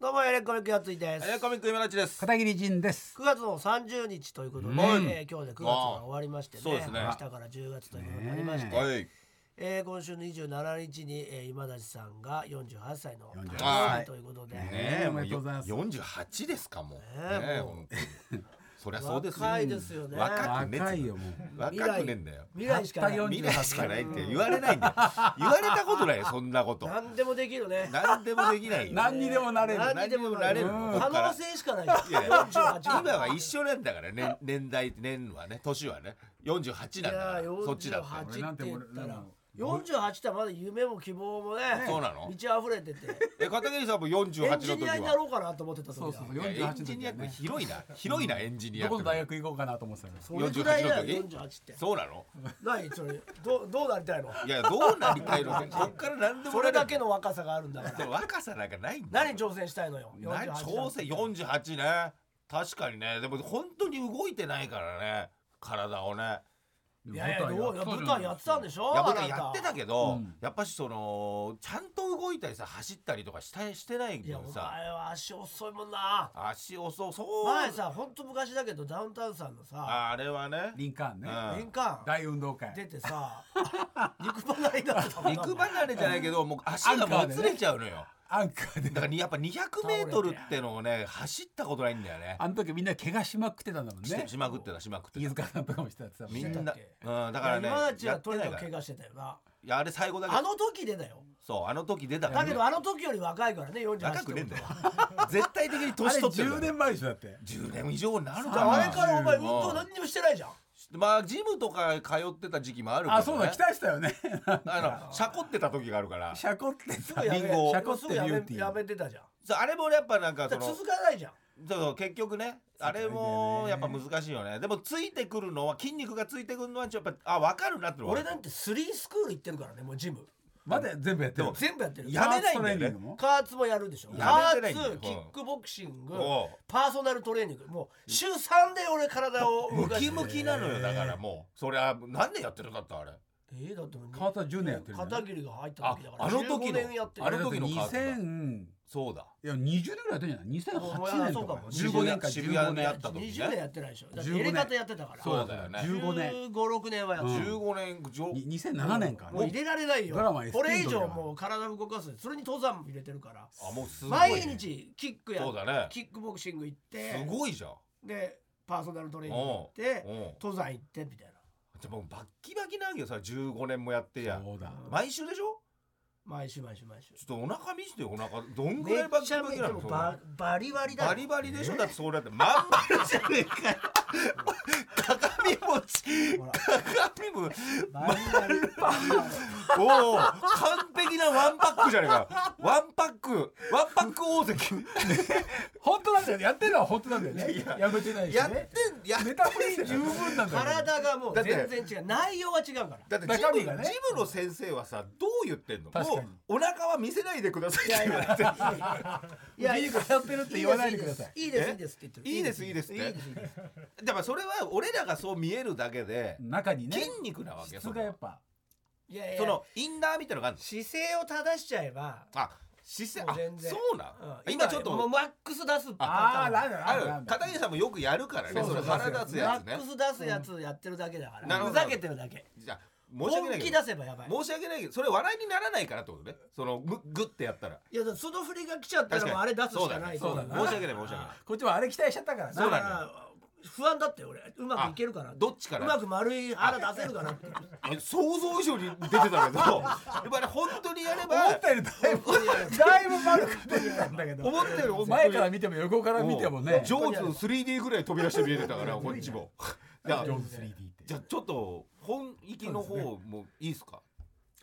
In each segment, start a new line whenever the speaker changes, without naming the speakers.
どうもエレコミックやついです
エレコミック今立ちです。
片桐仁です。
9月の30日ということで、
はい
えー今日で9月が終わりましてね
そうですね
明日から10月ということになりまして、
ね
はい。
えー今週の27日に、えー今立さんが48歳の
48
誕生日ということで、
ね
ねえ、
お
も
め
う
でとうございます
四十八ですかもう。ね
え
え、
もう
本当にそりゃそうです
若いですよね
若くねえ
若いよもう。
若くねえんだよ。
未来しかない
たった
未来しかないって言われないんだよ。言われたことないよそんなこと。
何でもできるね
何でもできないよ。
何にでもなれる。
何にでもなれる
何にでもなれる
可能性しかないよ
いやいや
48
今は一緒なんだからね年代年はね年はね四十八なんだから
いや
そっちだって
48
なんても
って言ったら
もう
48ってまだ夢も希望もね
そうなの
満ち溢れてて
え片桐さんも四十
エン
八
ジ
の時
ニアにな
は
ろうかなと思ってた時
そ
は
うそうそう。
いやエン
48の
ジ
時
ニアっ
だよ
て
ね。
広いな広いなエンジニア
ど
って
この大学行こうかなと思ってたの。
それぐらいだよ
48
48って
そうなの
何それどうどうなりたいの
いやどうなりたいのこっから何でも
それだけ
の
の若さがあるんだから
若さなんかないんだ
何挑戦したいのよ
何
48
調整48ね確かにねでも本当に動いてないからね体をね
いやいやどうよ舞台やってたんでしょ
やっぱ
あ
り
なた
やってたけど、
うん
やっぱしそのちゃんと動いたりさ走ったりとかしたしてない
い
け
やお
ど
前
さ
は足遅いもんな
足遅そう
前さほんと昔だけどダウンタウンさんのさ
ああれはね
リンカーンね。
うん
年間
大運動会。
出てさ 肉離れになってたもんな
肉離れじゃないけどもう足がもつれちゃうのよ、
アンカーで。
だからやっぱ 200m ってのをね走ったことないんだよね
あの時みんな怪我しまくってたんだもん
して
ね。
しまくってたしまくって
飯
た
塚さんとかもしてたもん
み
ね。
ん
してた
な、
っけ
うん、だからね
今立
や
は
って
とに
な
か
い
く
から
怪我してたよない
やあれ最後だけ
あの時でだよ
そうあの時出たから
だけどあの時より若いからね48
若くねえんだ
って
よ 絶対的に
あ
年
れ
取ってるから
10年前でしょだって。
10年以上になる
こと
か
は
な
あれからお前
う
運
ん
動何にもしてないじゃん
まあジムとか通ってた時期もあるけど、ね、
あそうだ期待した よね。
あのしゃこってた時があるから
シャコって
す
さ
ぐやめ
リンゴ
シャコっ
す
て
ぐ
ビュ
やめ
ーティー。
やめてたじゃん
そうあれもやっぱなんか
だ
そ
から
の
続かないじゃん
そうそう結局ねあれもやっぱ難しいよねでもついてくるのは筋肉がついてくるのはやっぱあ分かるなってのは
俺なんてスリースクール行ってるからねもうジム
まだ全部やってる。
全部やってる
やめないんだよね
パーツトレーニングも
カーツもやるでしょ
や
カ
めてな
ーツ
いんだよ
キックボクシング
おう
パーソナルトレーニングもう週3で俺体を動
ム
かし
キ
て
ムキなのよだからもうそれは何年やってるんだったあれ
えーだってもう
川田10年やってるんだよ
片桐が入った時だから
ああの時の
15年やってる
あの時の
だって2000
そうだ
いや20年ぐらいやってんじゃない2008年とか
あそうかも
15年か
15
渋谷でや
年
った時ね
20年やってないでしょだって
15
エレカタやってたから
そうだよね
15年
15年はやってる、
15年以上
に2007年か
もう入れられないよ
ドラマ SP
これ以
ド
上
ラマ
もう体動かすそれに登山も入れてるから
あもうすごいね
毎日キックや
そうだね
キックボクシング行っ
す
て
ごいじゃん
でパーソナルトレーニング行って
うん
登山行ってみたいな
じゃあもうバッキバキなわけよさ15年もやってや
そうだ
毎週でしょ
毎週毎週毎週
ちょっとお腹見せてよお腹どんぐ
め
らいバ
っ
ッキ
ちゃ
バ
め
キ
ち
な
ゃ
の
ババリバリだ
バリバリでしょだってそうだってまん丸じゃねえかよ鏡餅
ほら
鏡も
バリバリ
おお完璧なワンパックじゃねえかワンパックワンパック大関
本当なんだよねやってるのは本当なんだよねやめてないし
やっ
ね
てんや
ネタフリ十分なんだよね
体がも
だ
う
って
全然違う内容は違うから
だってジ
中身
ム,、
がね
ジムの先生はさどう言ってんの
確か
も
に
うお腹は見せないでくださいって言われて
いや
筋肉通ってるって言わないでください
いいですいいですって言ってる
いいですいいですって
いいですいいです
だからそれは俺らがそう見えるだけで
中にね
筋肉なわけよ
質がやっぱ
いやいや
そのインナーみたいなのがあるの
姿勢を正しちゃえば
あ姿勢
も
あ
う全然
そうなん
うん
今ちょっと
もうマックス出す
あ
パ
あなん
あ
だなん
る
だなんだ
片桐さんもよくやるからね
そ
そ
うそ
れ
う
腹立
ターン
つ
マ
やつ
ッ
ね
クス出すやつやってるだけだか
なる
らふ
ほど
ざけてるだけ
じゃあ申し訳
本
ないけ
気
ど
出せばやばい
申し訳ないけどそれ笑いにならないからってことねそのむグッてやったら
いやだからその振りが来ちゃったら
確
もう
か
あ
に
れ出すしかないと
そう
思
だ
う
ね
だ
申し訳ない申し訳ない
こっちはあれ期待しちゃったから
そう
な
だね
から不安だって俺うまくいけるかな
どっちか
う
ら
まく丸い腹出せるかな って
え想像以上に出てたけどやっぱり本当にやれば
思ったよりだいぶだいぶ丸く出てたんだけど
思ったより本当に
前から見ても横から見てもね
ジョーズの 3D ぐらい飛び出して見えてたからこっちも いや
ジョーズ 3D って
じゃあちょっと本域の方もいいですか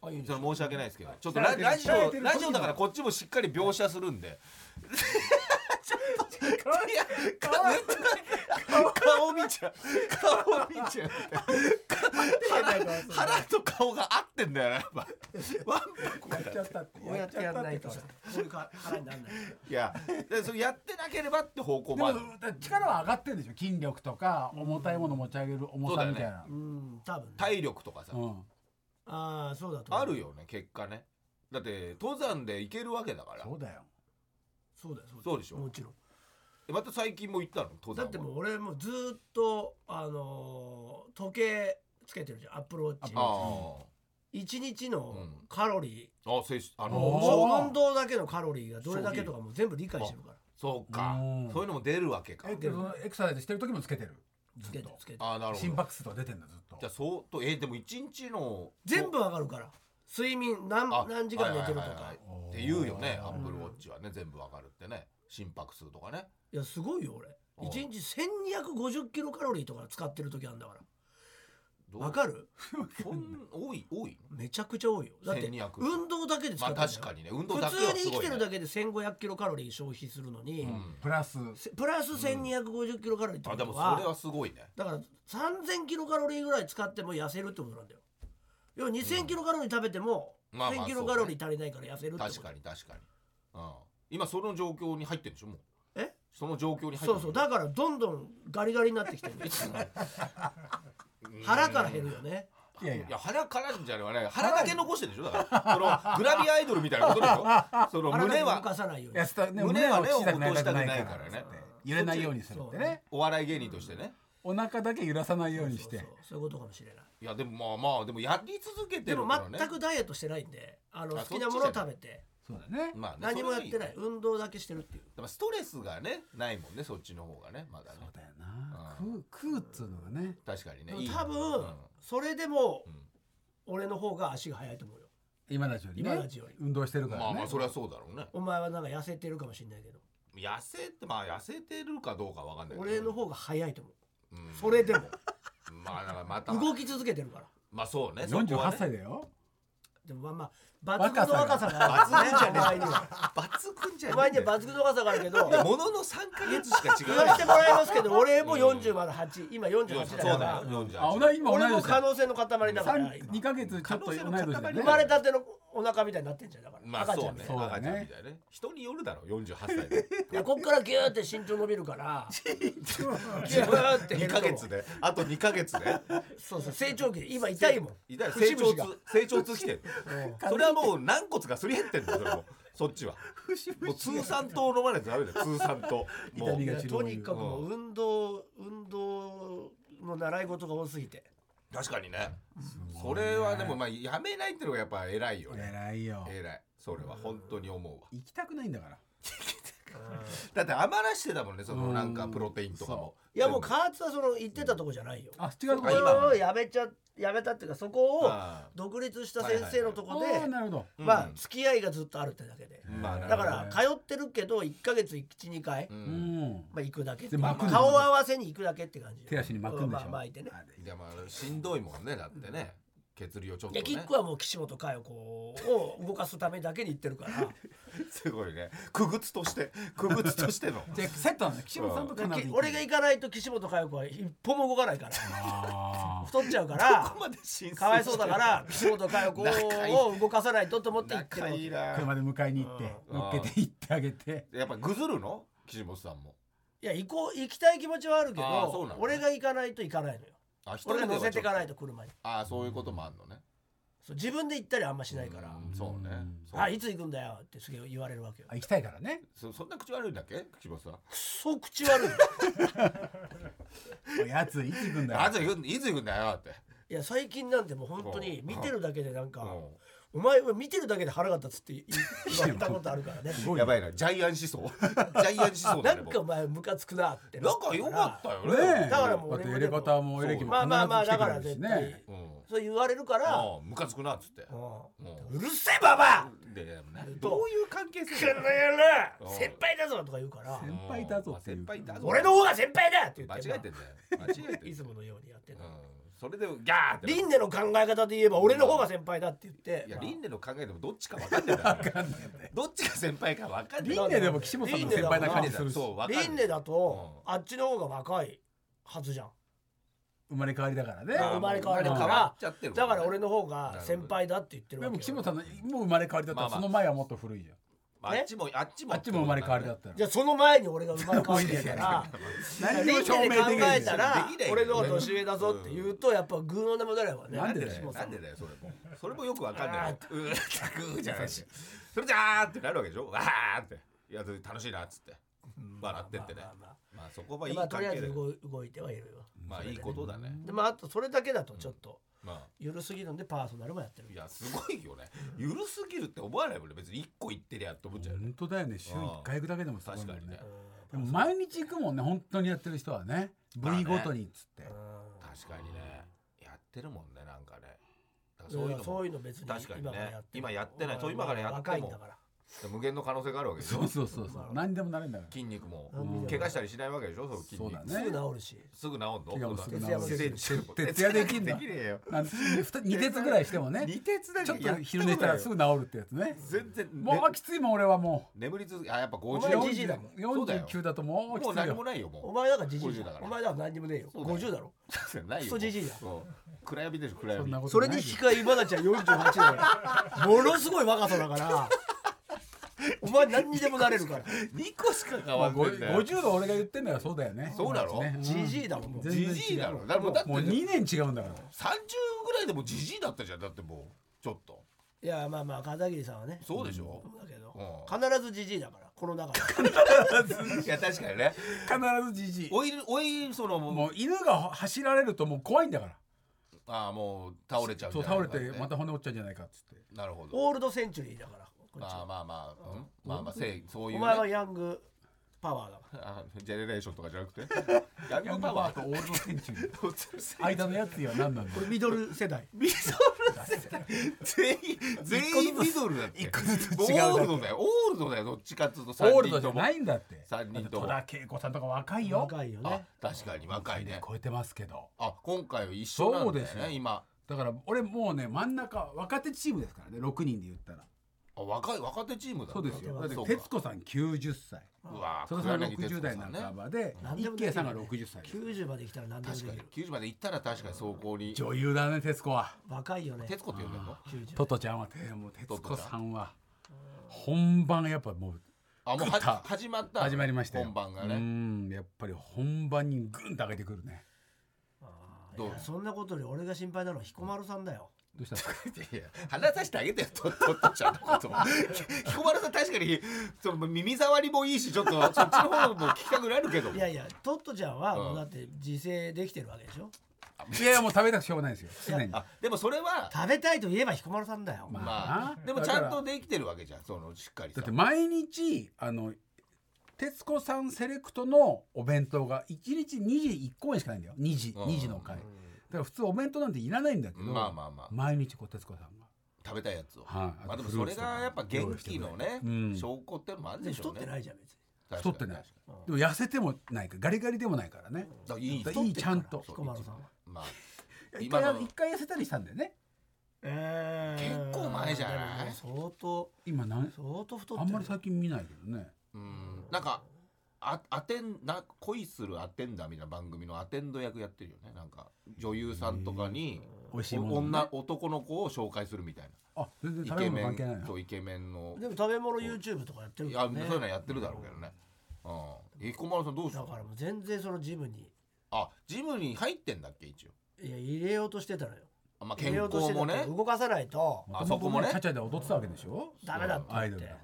あいい
それ申し訳ないですけどちょっと
伝
ラ
えてる
ラジ
伝えて
オ
る
ラジオだからこっちもしっかり描写するんでちょっといや顔見ちゃう顔見ちゃう腹腹と顔が合ってんだよなやっぱワンパック
やっちゃったって
こうやってやらないと
やっ
こ
ちゃっ
ういうか腹にならない
いやでそれやってなければって方向もあ
た
る
でもだ力は上がってるんでしょ筋力とか重たいもの持ち上げる重さみたいな
うん多分ね
体力とかさ
うん
ああそうだと思
あ
う
るよね結果ねだって登山で行けるわけだから
そうだよ
そうだよそうだよ
そうでしょ
もちろん
えまた最近も行ったの登
だ
山
ってもう
う
俺もうずーっとあのー時計つけてるじゃんアップルウォッチ
あ
一日の
うん
カロリ
ああ精神あ
ー、
の
おー
もう運動だけのカロリーがどれだけとかもう全部理解してるから
そうか
うん
そういうのも出るわけか
えでそのエクササイズしてる時もつけてるず
つ
っ
けて
と
つけて
ああなるほ
心
ど
拍数とか出てんだずっと
じゃあ相当えでも一日の
全部わかるから睡眠何
あ
何時間寝てるとか、
はいいはいはい
おー
って言うよねア
うん
ップルウォッチはね全部わかるってね心拍数とかね
やすごいよ俺
おう
一日1250キロカロリーとか使ってる時あるんだか
ど
ら
う
わかる
そん多い多い
めちゃくちゃ多いよだって
1200
運動だけで使
ま
って
あ
んだよ
確かにね運動だけ
普
は
通
す
に生き
ごい、
て
ね
る、だけで1500キロカロリー消費するのに、
うん
プラス
せプラス1250キロカロリーって
あ
こ
でも
と
そ
は,、
れはすごいね
だから3000キロカロリーぐらい使っても痩せるってことなんだよ要は2000キロカロリー食べても、
まあま
1000
あ
キロカロリー足りないから痩せるってこと
確かに確かに、うん、今その状況に入ってるんでしょもう
え
その状況に入ってる
そうそうだからどんどんガリガリになってきてる 腹から減るよね
いやいや
いや腹からじゃねえわね腹だけ残してるでしょだからそのグラビアアイドルみたいなことでしょその
腹だけ
胸
動
は
かさないように
いやスタね
胸はね
胸を落としたくない
落としたくないか
からら
ね
ね揺れないようにするって
そう
ね
お笑い芸人としてね
お腹だけ揺らさないようにし
そう
て
そうそういうことかもしれない
いやでもまあまあでもやり続けて
で
る
も
からね
全くダイエットしてないんであの
あ
好きなものを食べて
そうだね
まあね
何もやってない
それはいいね
運動だけしてるっていう
でもストレスがねないもんねそっちの方がねまだね
そうだよな
う
食う食うっつうのがね
確かにね
でも
いいね
多
うん
分それでも
うん
俺の方が足が速いと思うよ
今たちよりね
今たちより
運動してるからね
まあまあそれはそうだろうね
お前はなんか痩せてるかもしれないけど
痩せてまあ痩せてるかどうかわかんないけど
俺の方が速いと思う
うん
それでも
まあなんかまた
動き続けてるから
まあそうねそこは
48
ね
歳だよ
でもまあまあ抜群の若さが
抜
ある
群じ
ね
ゃね
お前には
抜群じ ゃね
お前に
えん
は
だよ
抜群の若さがあるけど
いやものの3か月しか違
言
う
わ せてもらい
い
ますけど俺も40まで8今48だ
そう
か
だ
ら
よ48
あ同じ今同
俺
い
も
年
可
だ
能性の塊だから
三
今
二ヶ月ちょっと同い年だよ
可能性の塊だ
ね
生まれたてのお腹みたいになってんじゃんだから、
まあ
赤ち
そ
ゃ
うん
み
ね
たいな
そうだ
赤ち
ね
ゃんみたいね人によるだろ48歳 で
いやこっからギューって身長伸びる からギューって減
2
ると
か月であと2か月で
そうそう成長期で今 痛いもん
いたら成
節々
長痛
が
成長痛きてるそれはもう軟骨がすり減ってんだよそれもそっちはもう通産糖飲まないとダメだよ通産 糖も
痛み
う
い
が
やとにかくも
う
う運動運動の習い事が多すぎて
確かにねそれはでもまあやめないってのがやっぱ偉いよね
偉いよ
偉いそれは本当に思うわ
行きたくないんだから
だって余らしてたもんねその
うん
なんかプロテインとかも
いやもう加圧はその言ってたとこじゃないよ
あ違う
そ
と
こ
こ
あ今
をやめちゃやめたっていうかそこを
あ
独立した先生のとこ
あ
で
ーなるほど
ー
まあ
うん
付き合いがずっとあるってだけで
まあ
だか
へ
ら
ー
通ってるけど1ヶ月12回
う
うんん
まあ行くだけって
で巻くんでしょ
顔合わせに行くだけって感じ
手足に巻くんでし
う
ょ
まあ巻いてね
あれ
でもしんどいもんねだってね血流をちょっと
で
ね
キックはもう岸本佳代子を動かすためだけに行ってる から
すごいね苦靴として苦靴としての
じゃあセットなんだ岸本さんとか
だからき俺が行かないと岸本佳代子は一歩も動かないから
あ
太っちゃうから
ここまで浸水
かわいそうだから 岸本佳代子
仲いい
を動かさないとと思って行ってる
仲
わけ
いいな
ー車で迎えに行って
うん
乗っけて行ってあげて
やっぱぐずるの岸本さんも
いや行こう行きたい気持ちはあるけ
あーそう
ど、
なのね
俺が行かないと行かないのよ
あ一人
俺
で
が
は
乗
ちょっと
せていかないと車に
ああそういうこともあんのね
そう自分で行ったりあんましないから
うんそうね
うん
「
そう
あいつ行くんだよ」ってすげえ言われるわけよ
あ行きたいから ね
そそんな口悪いんだっけ岸本さん
クソ口悪い
おやついつ行くんだよ
あいつ行くいつ行くんだよって
いや最近なんてもう本当に見てるだけでなんか
うん
「お前は見てるだけで腹が立つ」って言い言ったことあるからね
すご い
やば
い
いなジャイアン思想 ジャイアン思想
な
だね
んかお前ムカつくなってな
仲良かったよね
ねえ
だからもう
だって
俺も
入
で
れ
も
方もエレキも
まあまあまあだから
必ず
絶
来てくれるしね
対
うん
そう言われるから
ああムカつくなっつって
うんうるせえババア
ででもね
うん
どういう関係
こ
性
の
な
野
の
郎
うん
先輩だぞとか言うから
先輩だぞっていう
先輩だぞ
俺の方が先輩だって言
間
っ
違
て
えてんだよ間違えて
い
んだ
つ
よ
ものようにやって
う
た
んそれでギャーって
輪廻の考え方で言えば俺の方が先輩だって言って
いや輪廻の考えでもどっちか分かんねえ だろどっちが先輩か分かんねえ
輪廻でも岸本さんの先輩な感じするし
そう
生
分かんね
輪
え
廻だと
う
あっちの方が若いはずじゃん
まれ変わりだからね
あ生まれ変わるから
生まれ変わっちゃってる
だから俺の方が先輩だって言ってる
で
わけよ
も岸本さんのもう生まれ変わりだった
まあ
ら
まあ
その前はもっと古いじゃん
あっちもあっちも
あっちも生まれ変わりだったら
じゃあその前に俺が生まれ変わってるから
何に
輪
も証
廻
明
で
で
考
きない
え
んだ
た
よ
ら
できないよ
俺の方が年上だぞって言うとやっぱグーの音も出ないわね
なんでだ
岸本
よ
さ
なんん
も
でだよそれもそれもよく分かんねえようーたくーじゃないしそれじゃあーってなるわけでしょわーっていや楽しいなっつって笑ってってね
まあまあま
まあそこ
あ
は、いい
まあ
関
とりあえ
係で
ず動い動いてはいるよ
まあいいことだね
でまああとそれだけだとちょっと
ま
緩すぎるんでパーソナルもやってる
あいやすごいよねゆるすぎるって思わないもんね別に一個言ってりゃって思っちゃうよね
本当だよね週1回行くだけでもすごいもん
確かにね
でも毎日行くもんね本当にやってる人はね部位ごとにっつって、
う
確かにねやってるもんねなんかねだ
ん
からそういうの
そ
も
ういうの別に
確かにね
今からやっても
今やってないそう今からやっても
若いんだから
無限の可能性があるわけでし
そう
ょ
そうそうそう何でもなれんだから
筋肉も
何でも
怪我したりしないわけでしょその筋
そうだ
肉
ね
すぐ治るし
すぐ治んの
怪我もすぐ
治る
徹夜中も
徹夜できんの
できねえよ
なん2鉄ぐらいしてもね
二徹だけ
ちょっと昼寝したらすぐ治るってやつね
全然ね
もうきついもん俺はも
眠り続けあやっぱ
う
お前
50
40じじいだもん
そうだよ
49だともうきつ
もう
いよ
何もないよ
お
も
前だからじじい
50だ
だ
から
お前だから何にもねえよ
そうだよ
50だろ
うないよ
クソじじいだ
そう暗闇でしょ暗
そん
闇
なこと
そ
な
れ
い
に
よ
引き換え今田ちゃん48だよ ものすごい若さだから お前何にでもなれるから
2個しか変
ま
わ
あ
ん
ご
ねえんだよ
50度俺が言ってんだよそうだよね
そうだろ
ねん
じじいだもんもう
全然違う
じじいだろだからもうだって
もう2年違うんだから
30ぐらいでもじじいだったじゃんだってもうちょっと
いやまあまあ片桐さんはね
そうでしょ
だけど
う
必ずじじいだからこの中で
んいや確かにね
必ずじじい
おいおいそのもう
もう犬が走られるともう怖いんだから
ああもう倒れちゃうん
そ
じ
う
ゃない
倒
か
れてま
ね
た骨折っちゃうんじゃないかっつって
なるほど
オールドセンチュリーだからこっち
まあ
は
まあまあうんまあまあせいそうい
お
う
前は
ね
ヤングパ ワーだか
あジェネレーションとかじゃな くてヤン
ヤン
グ
グ
パ
パワ
ワ
ーとオールドセンチュリー
ー
間のやつは何なんだ
らミドル世代
ミドル世代全員全員ミドルだって
一個ずつ
オ
違うだけ
ールドだよオールドだよどっちかっつうと
オー
3
ルド
人
じゃ
とも
ないんだって
三人とも
だって戸田恵子さんとか若いよ
若いよ
あ
ね
確かに若いね
超えてますけど
あ今回は一緒なんだよ
そうですよ
ね今
だから俺もうね真ん中若手チームですからね6人で言ったら
あ若い若手チームだ
そうですよだって
そうか
徹子さん90歳
うわ
そのさん60代半ばで
何で
一
もできる
慶さんが60歳です
90まで来たら何でもで
確
き
か
る
に90まで行ったら確かに走行に
女優だね徹子は
若いよね
徹子って呼んでんの
ト
90
トちゃんはてもう徹子さんは本番がやっぱもう
あもうは
食った
始まった
始まりましたよ
本番が
う
ね
んやっぱり本番にグンと上げてくるね
あ
ど
ー
う
いやそんなことより俺が心配なのは彦丸さんだよ
どうしたの
いや話させてあげてよと とっとちゃんのことも 彦摩呂さん確かにその耳障りもいいしちょっとそっちの方も聞きたくなるけ
い
ども
やいやトットちゃんは
うん
もうだって自制できてるわけでしょ
いやいやもう食べたくしょうがないですよ常に
あでもそれは
食べたいといえば彦摩呂さんだよ、
ま
まあ
あな
でもちゃん
だから
とできてるわけじゃんそのしっかりさ
だって毎日あの徹子さんセレクトのお弁当が1日2時1公演しかないんだよ2時
うん
2時の回だから普通お弁当なんていらないんだけど、
まあまあまあ
毎日こう徹子さんが
食べたいやつを、
はい
まあでもそれがやっぱ元気のね、
うん
証拠ってのもあるでし
太
ょ
っ
うね
てないじゃん別に
確かに
太ってない
確かに
でも痩せてもないからガリガリでもないからね
だからいい
だ
人
からいいちゃんと
そ
彦
う
摩呂さんは
まあ
一
今
回
の
一回痩せたりしたんだよね
えー
結構前じゃない
でも相当
今なん
相当太って
あ
る
んまり最近見ないけどね
うんなんかあアテンな恋するアテンダーみたいな番組のアテンド役やってるよねなんか女優さんとかに、
美味しい
お
もの、ね、
女男の子を紹介するみたい
あ全然
なイ
食べ
ケ
物
メ
関係ない
ン
な
とイケメンの
でも食べ物 YouTube とかやってる
いやそういうのやってるだろうけどねうんえ彦摩呂さんどうした
だ
の
からもう全然そのジムに
あジムに入ってんだっけ一応
いや入れようとしてたのよ
あまあ
入
健
れようとし
康
てた
も
け
ね
ど動かさないと
あそこもね
チャチャで踊ってたわけでしょ
ダメだって
アイ
言
ド
っ
ル
て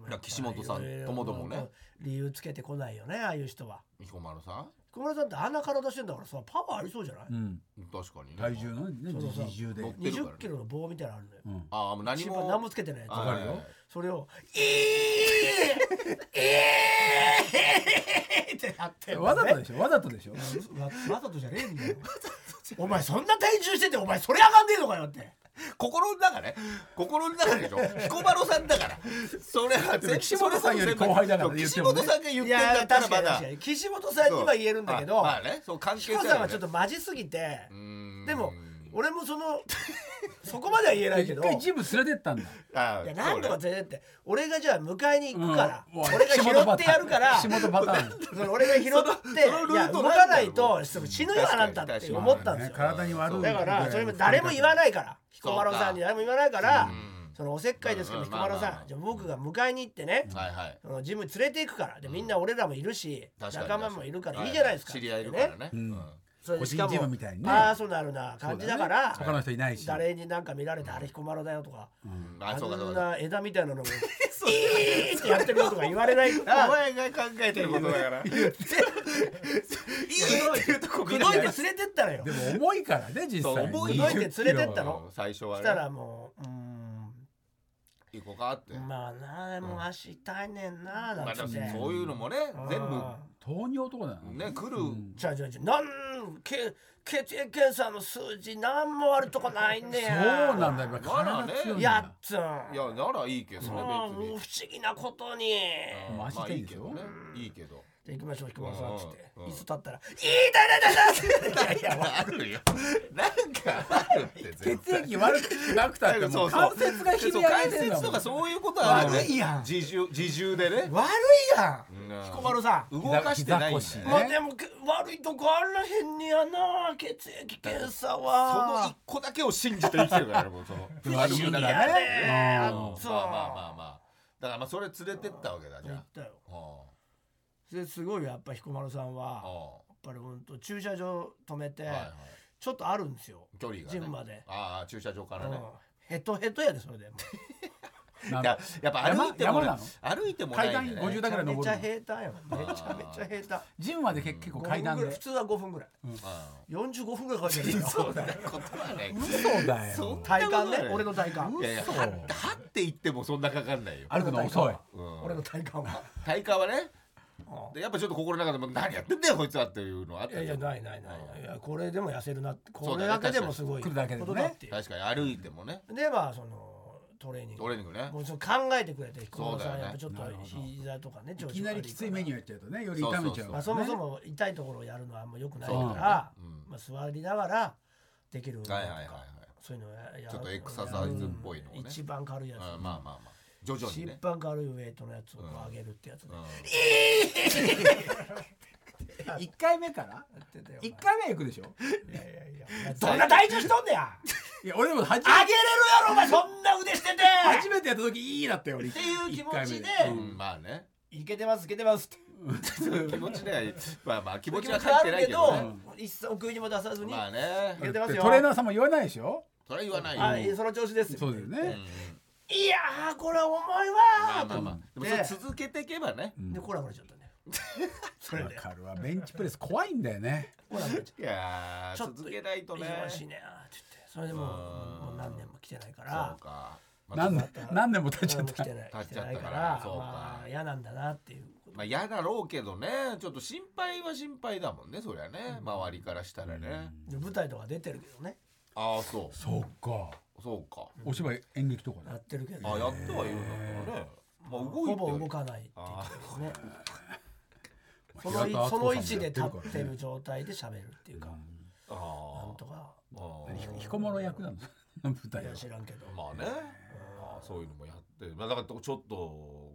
で
から
も
だから岸本さん
いろいろ
ともどもね
理由つけてこないよねああいう人は
彦摩呂さん
小室さんってあんな体してんだからさパワーありそうじゃない、
うん
確かにね
体重のね
そうそう
自重で
乗っ
2
てるから
0
ね
キロの棒みたいなのあるのよ
うん
ああもう何
一
も
番何もつけてないやつ
はい
わかるよ
はいはい
それを「いーいーってなってんだね
わざとでしょわざとでしょ
わわざとじゃねえんだよお前そんな体重しててお前それ上がんねえのかよって
心の中ね心の中でしょ 彦摩呂さんだからそれは
でも岸本さんより後輩だからね
岸本さんが言っ
い
てんだ
や
ったら
確
ま
かに
だ
確かに岸本さんには言えるんだけど
まあねそう関係性
岸本
ある
さん
よ
は
ね
ちょっとマジすぎて
うーん
でも俺もその そこまでは言えないけ
一
ど
回ジム連れてったんだ
あ
い
あ
や何とか連れてって俺がじゃあ迎えに行くから、
うんもう
俺が拾ってやるから
岸 本パターン
その俺が拾って
そのル
いや
ー
動
トなん
かな
だよ
いと
もう
死ぬよあなたって 思ったんですよ、
まあね体に悪い
だからそれも誰も言わ
い
ないから彦摩呂さんに誰も言わないから
うん
そのおせっかいですけ
う
ど
ん
彦摩呂
まあまあ
さ
まあ
んじゃあ僕が迎えに行ってね
はいはい
そのジムに連れて行くからでみんな俺らもいるし
確かに
仲間もいるからいいじゃないですか
知り合いいるからねうん
それ
個
でし
人
か
ジム
も
みたいにね
パーソナルな感じだから
他の人いないし
誰になんか見られてあれ彦摩呂だよとか
うん
あ
あそうかそ
ん
うか
な枝みたい なのも「えーってやってるよとか言われないか
お
ら
前が考えてることだからいいって言うとこ
口説いて連れてったらよ
でも重いからね実
そう
際
重
いよ
20
連れてったの
うん最初は
し
ね
たらもううーん
行こうかってま
まあなもう足痛いねんな
あ
なん
で
つ
も
っ
そ
て
ういうのもね全部
糖尿とかだよ
ね来る
うん
じゃあじゃあじゃあなんけ血液検査の数字なんも悪いとこないね
そう
や
なんだやっぱ体強いんだ
やっつん
いやならいいけどね
うん不
別
思
に
議なことに
うん
マジ
まあ
で
い
いい
い
で
け
し
ど
ょ
ねいいけど
で行きましょう彦摩呂さんっつって
うんうん
椅子立ったら「いいだだだだ!」いやいや
あるよなんかあるって絶
血液悪くなくたってもう関節がひび上
関
げてんだ
節
も
と
ん
かそういうことはある
悪いやん
自重自重でね
悪いやん彦摩呂さん
動かしてないんだ
膝
よ
膝腰
ね
まあでもけ悪いとこあらへんにやな血液検査
その
は
一個だけを信じて生きてるからねもうその
不思議
ま
だ
や
ね
ね
うん
あっつん
あまあまあまあだからまあそれ連れてったわけだじゃ
行
あ
ったよ
う
ですごいよやっぱ彦摩呂さんは
ん
やっ
うん
ぱり本当駐車場止めて
はいはい
ちょっとあるんですよ
距離がね
ジムまで
ああ駐車場か
う
らね
んヘトヘトやでそれで
なん
い
か
ややっぱ歩いても
山
ね
山
歩いてもないんだよね
階段50段ぐらい登るの
めちゃめちゃ平坦やもんめちゃめちゃ平 坦
ジムまで結結構階
5
段
分ぐらい
で
普通は5分ぐらい45分ぐらいかかってるよ
そうだねことはね
嘘だ
そ
よ
ん
体感ね
嘘
俺の体感
いやいやははって言ってもそんなかかんないよ
歩くの遅い
うん
俺の体感は
体感はね
う
でやっぱちょっと心の中でも何やってんだよこいつはっていうのはあっ
い
た
やいや
よ
ないないないないいやこれでも痩せるなって
そ
こ
う
れ
だね
だけでもすごい
確かに来るだけでも
こ
ね
とだっていう
確かに歩いてもね
でまあそのトレーニング
トレーニングね
もうちょっと考えてくれて彦摩呂さ
そうんだよね
やっぱちょっと
なるほど
膝とかね
い
調子悪
きなりきついメニュー
ー
やっちゃうとねより痛めちゃう
まあそもそも痛いところをやるのはあんま良くないか
そうだ
ら
ねうん
まあ座りながらできる運動と
はいはいはい
か
はい
そういうのをやや
ちょっとエクササイズっぽいのをね
うん一番軽いやつ
うんまあまあまあ徐々に
一
ね
番軽いウェイトのやつを上げるってやつで
うん
1回目から
やってたよ
1回目行くでしょ
いやいやいやどんな体重しとんねや
いや俺も初め
上げれるやろお前そんな腕してて
初めてやった時いいだったよ俺
っていう気持ちで
一回
う
目
うんま あね
いけてますいけてますって
気持ちねまあまあ気持
気
ち
持
は
ちはあ
入って
る
ない
け
けどね
ど一切奥にも出さずに
まあね
いけてますよ
トレーナーさんも言わないでしょ
それは言わないよ
はいその調子です
そうだよ
うん
ね
いやーこれは重い
まあ
わー
まあまあでもそれ続けていけばね
でコラボれちゃったね それ
わ
で
かるわベンチプレス怖いんだよね
コラボれちゃっ
いや
た
ー続けないとね
忙しいねーって言ってそれでもうもう何年も来てないか
そ
ら
うかまあ
何年何年も経っちゃ
何
っ
も来
た
てない
経っ
来
ち
て
ゃったから
ないから
そうか
まあ嫌なんだなっていうこと
まあ嫌だろうけどねちょっと心配は心配だもんねそりゃね周りからしたらね
で舞台とか出てるけどね
ああそ
そうか
うそうか
お芝居演劇とか
や
ね
ってるけど
あやってはいるんだからねまあ動い
ほ
ては
ぼ
い
動
る
かないって言ってたけどねその
平田敦子さん
その位置で
やって
立
る
っ
からね
てる状態で喋るっていうか、
あ
なん
ー
とか
あー
ひ彦摩呂役なの 舞
い
台は
や知らんけど、
まあね、あーそういうのもやって、まあ、だからちょっと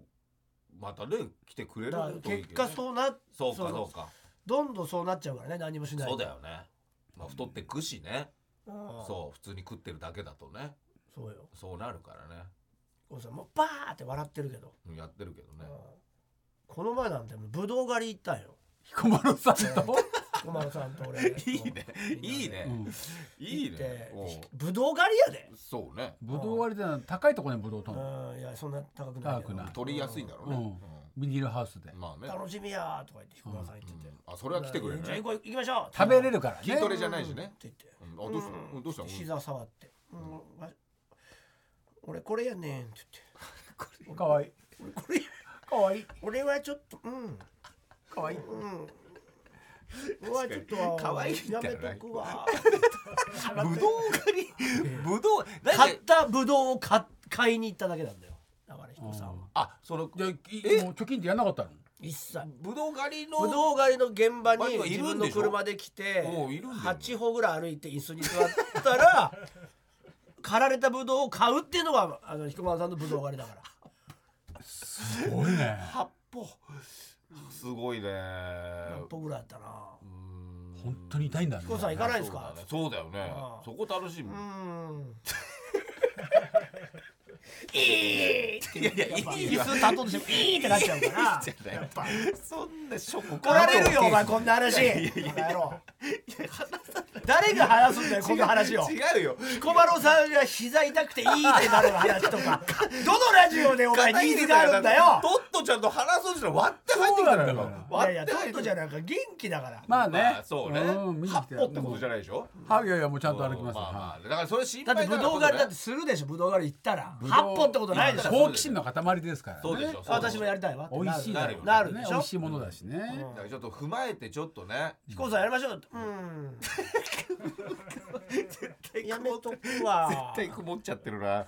またね来てくれる
だから
といい
結
けど
果
ね
そうな
そう
そ
か
う
そうか
どんどんそうなっちゃうからね何もしない
そうだよね、まあ、太ってくしね、
うんそう
そう普通に食ってるだけだとね
よ
そうなるからね
こうさもうバーって笑ってるけど、
うんやってるけど
う
ね
ん、この前なんてもうブドウ狩り行ったんよ
彦摩呂さんと
小丸さんと俺
いいねいいね、いい
行って
ねう
ブドウ狩りやで
んそうね
ぶどう割りで高いところにぶどうとんの
うんいやそんな高くないけど
高くない
取りやすいんだろうね、
ビニールハウスで
うんまあね、
楽しみやーとか言って彦摩呂さん言ってて、
うんあそれは来てくれる
じゃあ
ね
行こう行きましょう
食べれるから
筋トレ
ね
じゃないしね
っ、て言って
うん、あどうした、うん、どうしたの、
膝触って、うんわ俺これやねんって
かわいい
言って俺これや
かわいい
俺はちょっとうん
かわいい
うんうわちょっと
可愛いんだ
や
よな
めとくわ
ぶ どう狩りぶどうだっ
買ってたブドウを買買いに行っただけなんだよだから彦さんは
あその
じゃあいもう貯金ってやんなかったの
一切
ぶどう狩りの
ブドウ狩りの現場に
まあい
自
る
分
ん
の
でしょ
車で来て
おういるんだよ
8歩ぐらい歩いて椅子に座ったら 狩られたブドウを買うっていうのがあの彦摩呂さんのブドウ狩りだから
すごいね
八歩すごいね
何歩ぐらいやったな
本当に痛いんだね
彦さん行かないですか
そうだよね
ああ
そこ楽しみ
うーん いいっていやいや椅子立とうとしてもいいってなっちゃうから やっぱ
そんなショック
怒られるよお前こんな話バカ野郎誰が話すんだよこんな話を
違うよ
彦摩呂さんが膝痛くていいってなる話とかどのラジオでお前ニーズがあるんだよ
トットちゃんと話そうとしたら割って入ってきたの
そうなん
よ
だよ
いやい
割っ
や
て
ト
入っ
ッ
て
ト
き
じ
た
ゃなんか元気だから
まあ
ま
ね
あ。そうね
うん見に来
八
て
歩ってことじゃないでしょ
はい、いやいや、もうちゃんと歩きますよ。
まあ
は
まあだからそれ心
だ
配
ってブ
から
ド
こ
ウ
と
狩り
ね
だってするでしょブドウ狩り行ったら
い
八本ってことないでし
ブ
ょ
ドウ
好奇心の塊ですから、ね。
そうでしょそうでし
私
ょ
もやりたいわって
美味しいだろう
な
から
る
ね
でし
美
ょ
味しいものだしね。
だからちょっと踏まえてちょっとね
彦さんやりましょううんやめとくわ
絶対曇っちゃってるな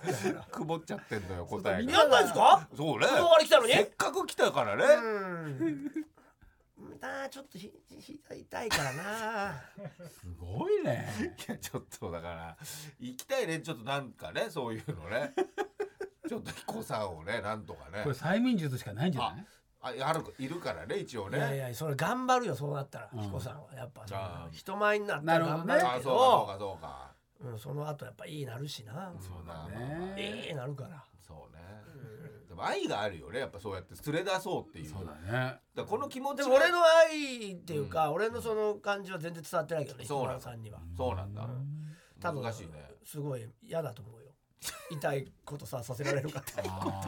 曇っちゃってんのよ答え
や
が
んないですか
そう
ブド
ね
ウ狩り来たのに
せっかく来たからね
うんまたちょっとひ膝痛いからな
すごいね。
いやちょっとだから行きたいねちょっとなんかねそういう のねちょっと彦さんをねなんとかね
これ催眠術しかないんじゃない。
ああるいるからね一応
いやい
ね
やそれ頑張るよそうなったら
うん
彦さんはやっぱ
ああ
人前になったら頑張
な
る
るほ
あ
け
そうか
ど
そうかそうか
うんその後やっぱいいなるしな
そうだ
ね
ええなるから
そうねでも愛があるよねやっぱそうやって連れ出そうっていう
そう
だか
だね。
らこの気持ち
で
が
も俺の愛っていうか俺のその感じは全然伝わってないけどね
そう
彦
なの
田さんには
そうなんだ
多分
難しいね
すごい嫌だと思う よ痛いことささせられるから
あ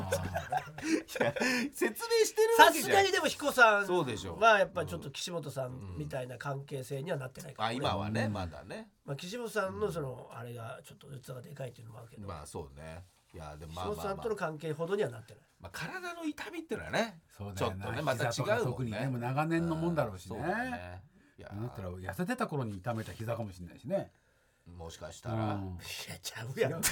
説明してる わ
さ
け
す
じゃ
が
ん
にでも彦さん
そうでしょ
はやっぱりちょっと岸本さんみたいな関係性にはなってないから、
あ今はねまだね
まあ、岸本さんのそのあれがちょっと器がでかいっていうのもあるけど、
まあそうねいやでもまあ
岸本
ま
さ
あ
ん
ま
との
あ
関係ほどにはなってない
まあ体の痛みってのはね
ーそう
ち
だ
ょ
よ
っ
な
とねまた違
膝とか
うも
特
ん
にね、
ね
もう長年のもんだろうし
そう
ね。
だねいや
なんだったら痩せてた頃に痛めた膝かもしれないしね。
もしかした
う
ら
ん
いやちゃうやん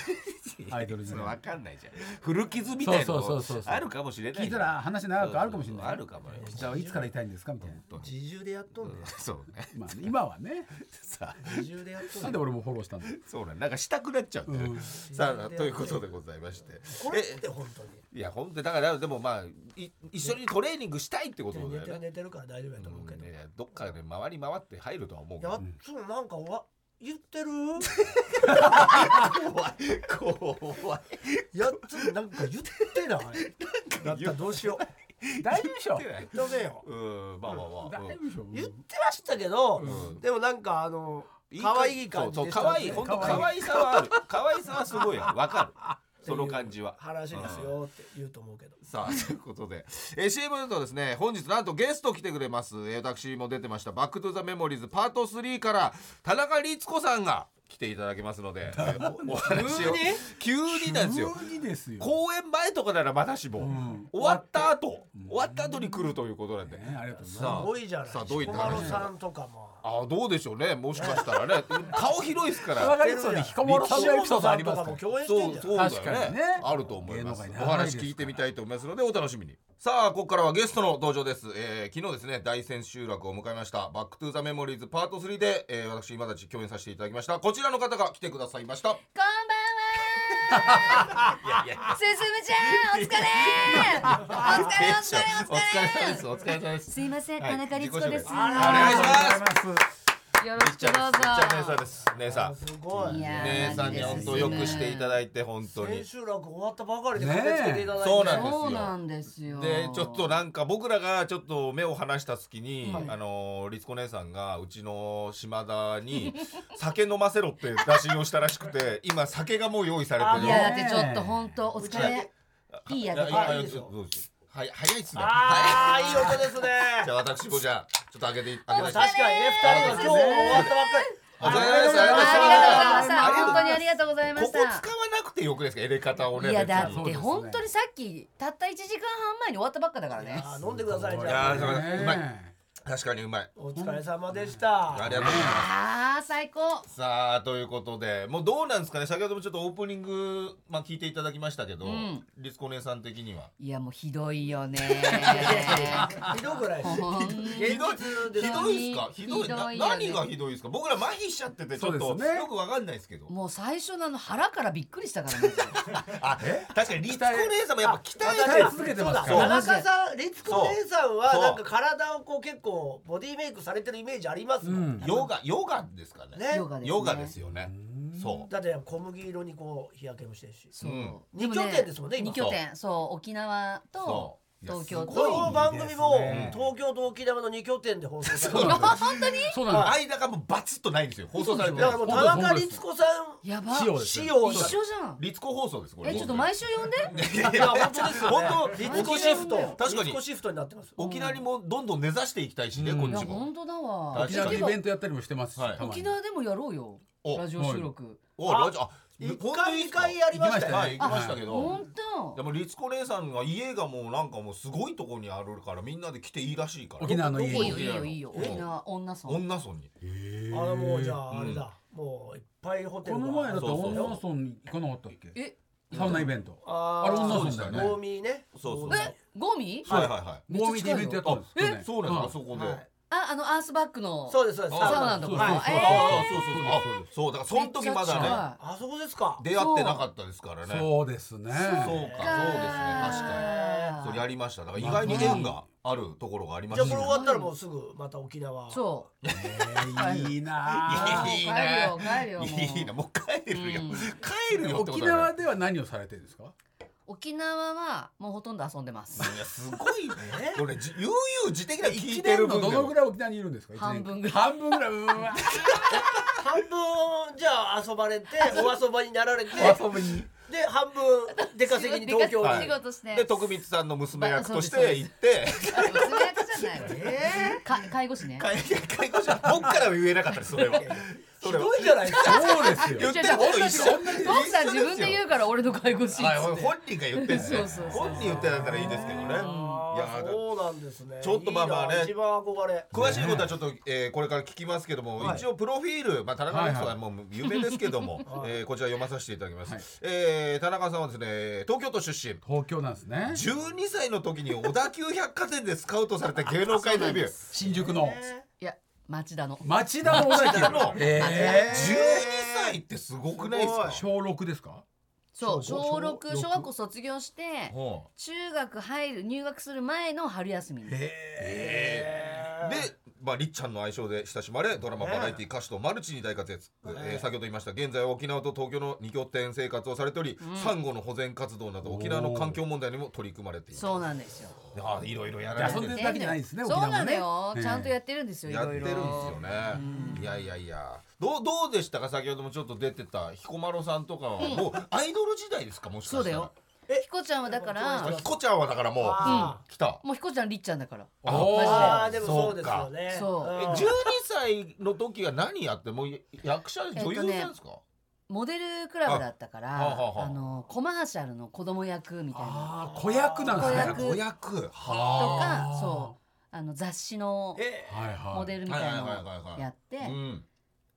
アイドル時
そ
代
れわかんないじゃん古傷みたいな
そうそう
の
そうそう
あるかもしれない
聞いたら話長くあるかもしれ
そうそうそう
な
あ
い
る。かもよ
膝はいつから痛いんですかみたいな。
自重でやっとんね
そうね
まあ今はね。
さあ
自重でやっと
なんん
ね
で俺もフォローしたんだよ。
そうなんなんかしたくなっちゃうんだよね
うん
さあということでございまして
これって本当に
いや本当にだからでもまあい一緒にトレーニングしたいってことだよ
寝てる
ね
寝てるから大丈夫やと思うけど、
うん
い
いやどっかで回り回って入るとは思うけ
や
ど
っつもなんかわ言ってる
怖い怖い
やっつもなんか言ってないだったらどうしよう
大丈夫でしょ。
言ってねよ
うんまあまあまあ
大
うん
丈夫でしょ。
言ってましたけど、
うん
でもなんかあの
いい
可愛い感じ
そう
で
そう
した
可愛い本当可愛さはある可愛さはすごいあるわかる その感じは
話ですよって言うと思うけど、
さあということで、えー、CM のとですね本日なんとゲスト来てくれます、えー私も出てました「バック・トゥ・ザ・メモリーズ」パート3から田中律子さんが来ていた だきますので、えーおお話を急になんですよ
急にですよ。
公演前とかならまだしも、
ん
終わった後、終わった後に来るということなんで、
ねありがとうござい
さ
ま
あ
すごいじゃない
さあどういった
彦
話
摩呂さんとかも
ああどうでしょうねもしかした らね顔広いですか
す。わ
ら
かりそうで、ひこもろさんのエピソードあります
岸本さんとかも共演し
か
て
そ
ん
う
じゃん
そうだよ
確か
ね
にね
あると思います
芸能界
お
長いで
話
すから
聞いてみたいと思いますのでお楽しみにさあここからはゲストの登場です、えー昨日ですね大千秋楽を迎えました「バック・トゥ・ザ・メモリーズ」パート3で、えー、私今たち共演させていただきましたこちらの方が来てくださいました
こんばんは。すずむちゃん、お疲
お疲れ
れ。お疲れ、お疲れ、お疲れ。
様です
すいません、田中律子で
自
す。
己紹介
あら
お願いし
ら。
ます
お願いします。
よろしくどうぞ。
めっちゃ姉さんです姉さ
あ
ん
すごい
いや
姉さんに本当よくしていただいて本当に
先週楽終わったばかりで
ねえ
駆けつけていただいて、
そうなんですよ
そうなんですよ。
でちょっとなんか僕らがちょっと目を離した隙に、
はい
あの律子姉さんがうちの島田に 酒飲ませろって 打診をしたらしくて今酒がもう用意されてる
い
よ
や、だってちょっと本当、お疲れ。いいや、
や
で
い
も
や
あいい
い
で
や
すよ
どうですはい早いっすねは
ああいい音ですね
いじゃあ私もじゃあちょっと開けてい
確
開けて
かにね二人は今日終わったばっかり
お疲れ様です
ありがとうご
ありがとうございます
ざいました。本当にありがとうございま
ここ
し
使わ
た。
なくてよくないですか入れ方をね
いや、だっ
別に
て本当にさっき、たった1時間半前に終わったばっかだからね。
あー飲んでくださいじ
や
ゃ
ー
あ
そううまい
ね
確かにうまい
お疲れ様でし
あ
た
りがとうございます
ああ、最高。
さあということでもうどうなんですかね先ほどもちょっとオープニング、まあ、聞いていただきましたけど、
うん
律子姉さん的にはい
や、もうひどいよね。
ひどくないです
ほん
現
ひどい
実で
ひ
す
どいですかひどい
ひどい
な
よね
何がひどいですか僕ら麻痺しちゃっててちょっ
そ
と、
うですね
よくわかんないですけど
もう最初のあの腹からびっくりしたからね。
あ確かに律子姉さんもやっぱ鍛え
鍛え続けてますか
そうだ田
ら。
そう
中さん律子姉さんは
そう
なんか体をこう結構ボディメイクされてるイメージありますもん、
うん
ね
ヨガヨガですかね
ヨガですね
ヨガですよね
そう
だって小麦色にこう日焼けもしてるし
そう
うん
で
二
もね
拠点ですもんね今
二拠点そう沖縄と
そう
いや
東京
す
こ
ごい
の番組も
ね
東京と沖縄の二拠点で放送されて
そう
る
な
あ
ん
本当に
そうなんで
間がもうバツッとないんですよ放送されて
だからもう田中律子さん
やば
す。塩です。
仕様
一緒じゃん
律子放送ですこれ
えちょっと毎週呼んで
いやい
い
や
や本当ですよね
本当
律子シフト
確かに
律子シフトになってます
沖縄にもどんどん根ざしていきたいしね
うん
こ
い
っ
や
ちも
本当だわ
確
沖
か
縄
に
で
で
イ
も
ベントやったりもしてますし、
はい
たま
沖
に
縄でもやろうよ
お
ラジオ収録
おラジオあ
一
本当に
回
い
二回
いっすか
やりましたよ
はい行きましたけど
本当
でも律子姉さんが家がもうなんかもうすごいとこにあるからみんなで来ていいらしいから
沖縄の
い
家
い
に
よいいよいいよ
うん
沖縄女村
女村に
あのもうじゃああれだもういっぱいホテル
こ
が
の前だと
そうそう
温
そう
温村に行かなかったっけ
え
サウナイベント
あー
あれ女
村
そ
だよね
うでしたね
そうそう
近い
えゴミ
はいはいは
めっち
大
ゃ
見
近
でイ
いよ
ベントやったんです去
い
年
そうなんですあ
はい
そこで
は
あ
い
ああのアースバックの
そうですそうです
あ
サウナのとこ
そうそう
あ
そう
え
あそうそうそうあそうだからその時ま
めっち
だね
ゃ
あそこですか
出会ってなかったですからねそう
そうですね
かそうですね
ーか
確かに
ー
そうやりましただから意外に縁があるところがありま
じゃ
し
あこ
た
れ終わっ
ね
たらもうすぐまた沖縄
そう
えーいいな
あー
いいね
もう帰るよ帰るよもう
いいなもう帰るよ
うん
帰るよっ
ぁ
てこと
沖
だよ
縄では何をされてるんですか
沖縄はもうほとんど遊んでます
いやすごいね俺じ悠々自適な聞い
一
て
年
る
の
分
ど
で
の
も
ぐらい沖縄にいるんですか
半分ぐらい
半分ぐらいうわ
半分じゃあ遊ばれてお遊ばになられて
遊びに
で半分出稼ぎに東京に
お仕事して
で徳光さんの娘役とし
そうで
て
す
行って
娘役じゃないえか介護士ね
介介護者僕からは言えなかったですそれは そ
ひ
れは
どいじゃないですか
そうですよ
言ってること一緒
父さん自分で言うから俺の介護士っつ
はい
って
本人が言ってんすよ
そうそうそう
本人言ってたらいいですけどねいや
あ
ー
ー
だ
そうなんですね
ちょっとまあまあね
いいな一番憧れ
詳しいことはちょっと、えーこれから聞きますけども、
はい
一応プロフィール、まあ、田中さんはもう有名ですけど も、
はい
えーこちら読まさせていただきます、
はい
えー田中さんはですね東京都出身
東京なんですね
12歳の時に小田急百貨店でスカウトされた芸能界デビュー
新宿の
いや町田の
町田の小田急
の
え
12歳ってすごくないですか
ー小6ですか
そう
小
小
六
六小学校卒業して
ほ
中学入る入学する前の春休みに
うで、まあ、りっちゃんの愛称で親しまれドラマ
ねえ
バラエティ歌手とマルチに大活躍、
ね
えー先ほど言いました現在は沖縄と東京の二拠点生活をされており、
うん
サンゴの保全活動など沖縄の環境問題にも取り組まれています
そうなんですよ
あいろいろやられてる
遊んでるだけじゃないですね
そうな
沖縄
のよ
もね
ちゃんとやってるんですよい
やって
ろ
る
い
ん
ろ
ですよね。いやいやいや。どうどうでしたか先ほどもちょっと出てた彦摩呂さんとかはもうアイドル時代ですかもしかした
そ
ら。
うだよ
え
ひこちゃんはだか
あ。
ら
彦ちゃんはだからも
あ
う来た。
もうひこちゃんりっちゃんだから
お
あ
ー
ああでもそうですよね
そうか
ん
え12歳の時は何やってもう役者
えっと
女
ね
優さんですか。
モデルクラブだったか
あはあは
ら
あ
あの駒橋あるの子供役みたいな
あー子役なんですね
子役
子役。
と
は
あ
か
ー
そうあの雑誌の
え
はいはい
モデルみたいなのをやって
あ。うん。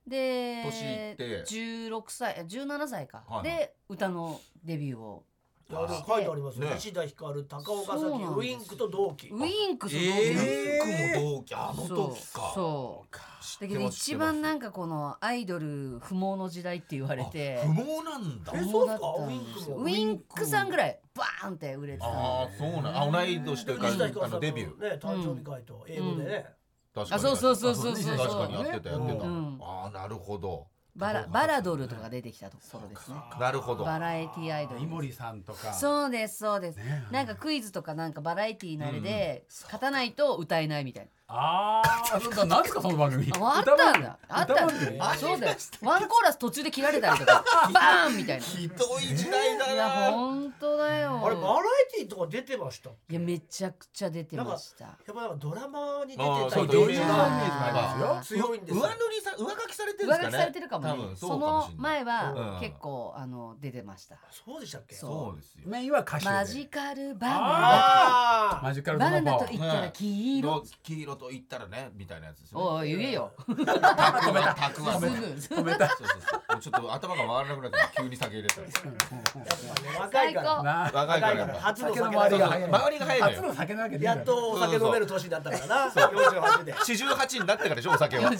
年い
で
って
16歳え17歳か
はいはい
で歌のデビューを
いやでも書いてありますよ
ね
石田ひかる高岡
そ
早紀
うなんです
ウインクと同期
ウインクスの
え
え
え。僕も同期あの
そう
時か。
そ
知
う
って
だ
ます
けど一番な
知っ
んかこのアイドル不毛の時代って言われ
て
て
ます不毛なんだ
え。
不毛だったんですよ
ウ
ウ
イ
インクさんぐらいバーンって売れてた
ああそうなんあ同い年というか
石田ひか
あ
るさ
の
ん
デビュー
のね誕生日会と英語でね
確か
あ
に
そうそうそうそうそう
確
そ
かにやっ
う
てたやってた、
うん
ああなるほど
バラバラドルとかが出てきたところですね
なるほど
バラエティアイドル
井森さんとか
そうですそうです、
ね
なんかクイズとかなんかバラエティーなれで勝たないと歌えないみたいな、
ああ、なんか何ですかその番組。
ああったんだあった
歌番
ん
組。
だそうだよワンコーラス途中で切られたりとかバーンみたいな
ひどい時代
いや
だな
本当だよ
あれバラエティーとか出てました
いやめちゃくちゃ出てました
やっぱなんかドラマに出て
あー
た
そう
り
女優
映
さん
画
のイメージがありますよ
あー
強いんです
上
よ
塗りさ上書きされてるんで
上
すか
書き
ね
されてるかもね
多分
そ
そうかもし
の
れない
前は
うん
結構あの出てました
そうでしたっけ
そう
そうですよ
メインは歌手で。
マジカルバ
あ
マジカ
ナ
ル
ナバ
バ
ナ
ナ
ナ
ナ
と言ったら黄色
黄色と言ったらねみたいなやつですよね
おい言えよ
たくわたくわ
す
そう
ぐ
止めた。
そうそうちょっと頭が回らなくなって急に酒入れた
あやっぱね若い
最
から
高
な、
若
若い
いから
か
やっ
ら
ぱ
初のお
酒の
酒
周りが
が
早い。
周りが早い
初
のよ
の酒なわけでいい
や
ん
っ
だよ。
とお酒飲める年になったからな48で
48になってからでしょお酒は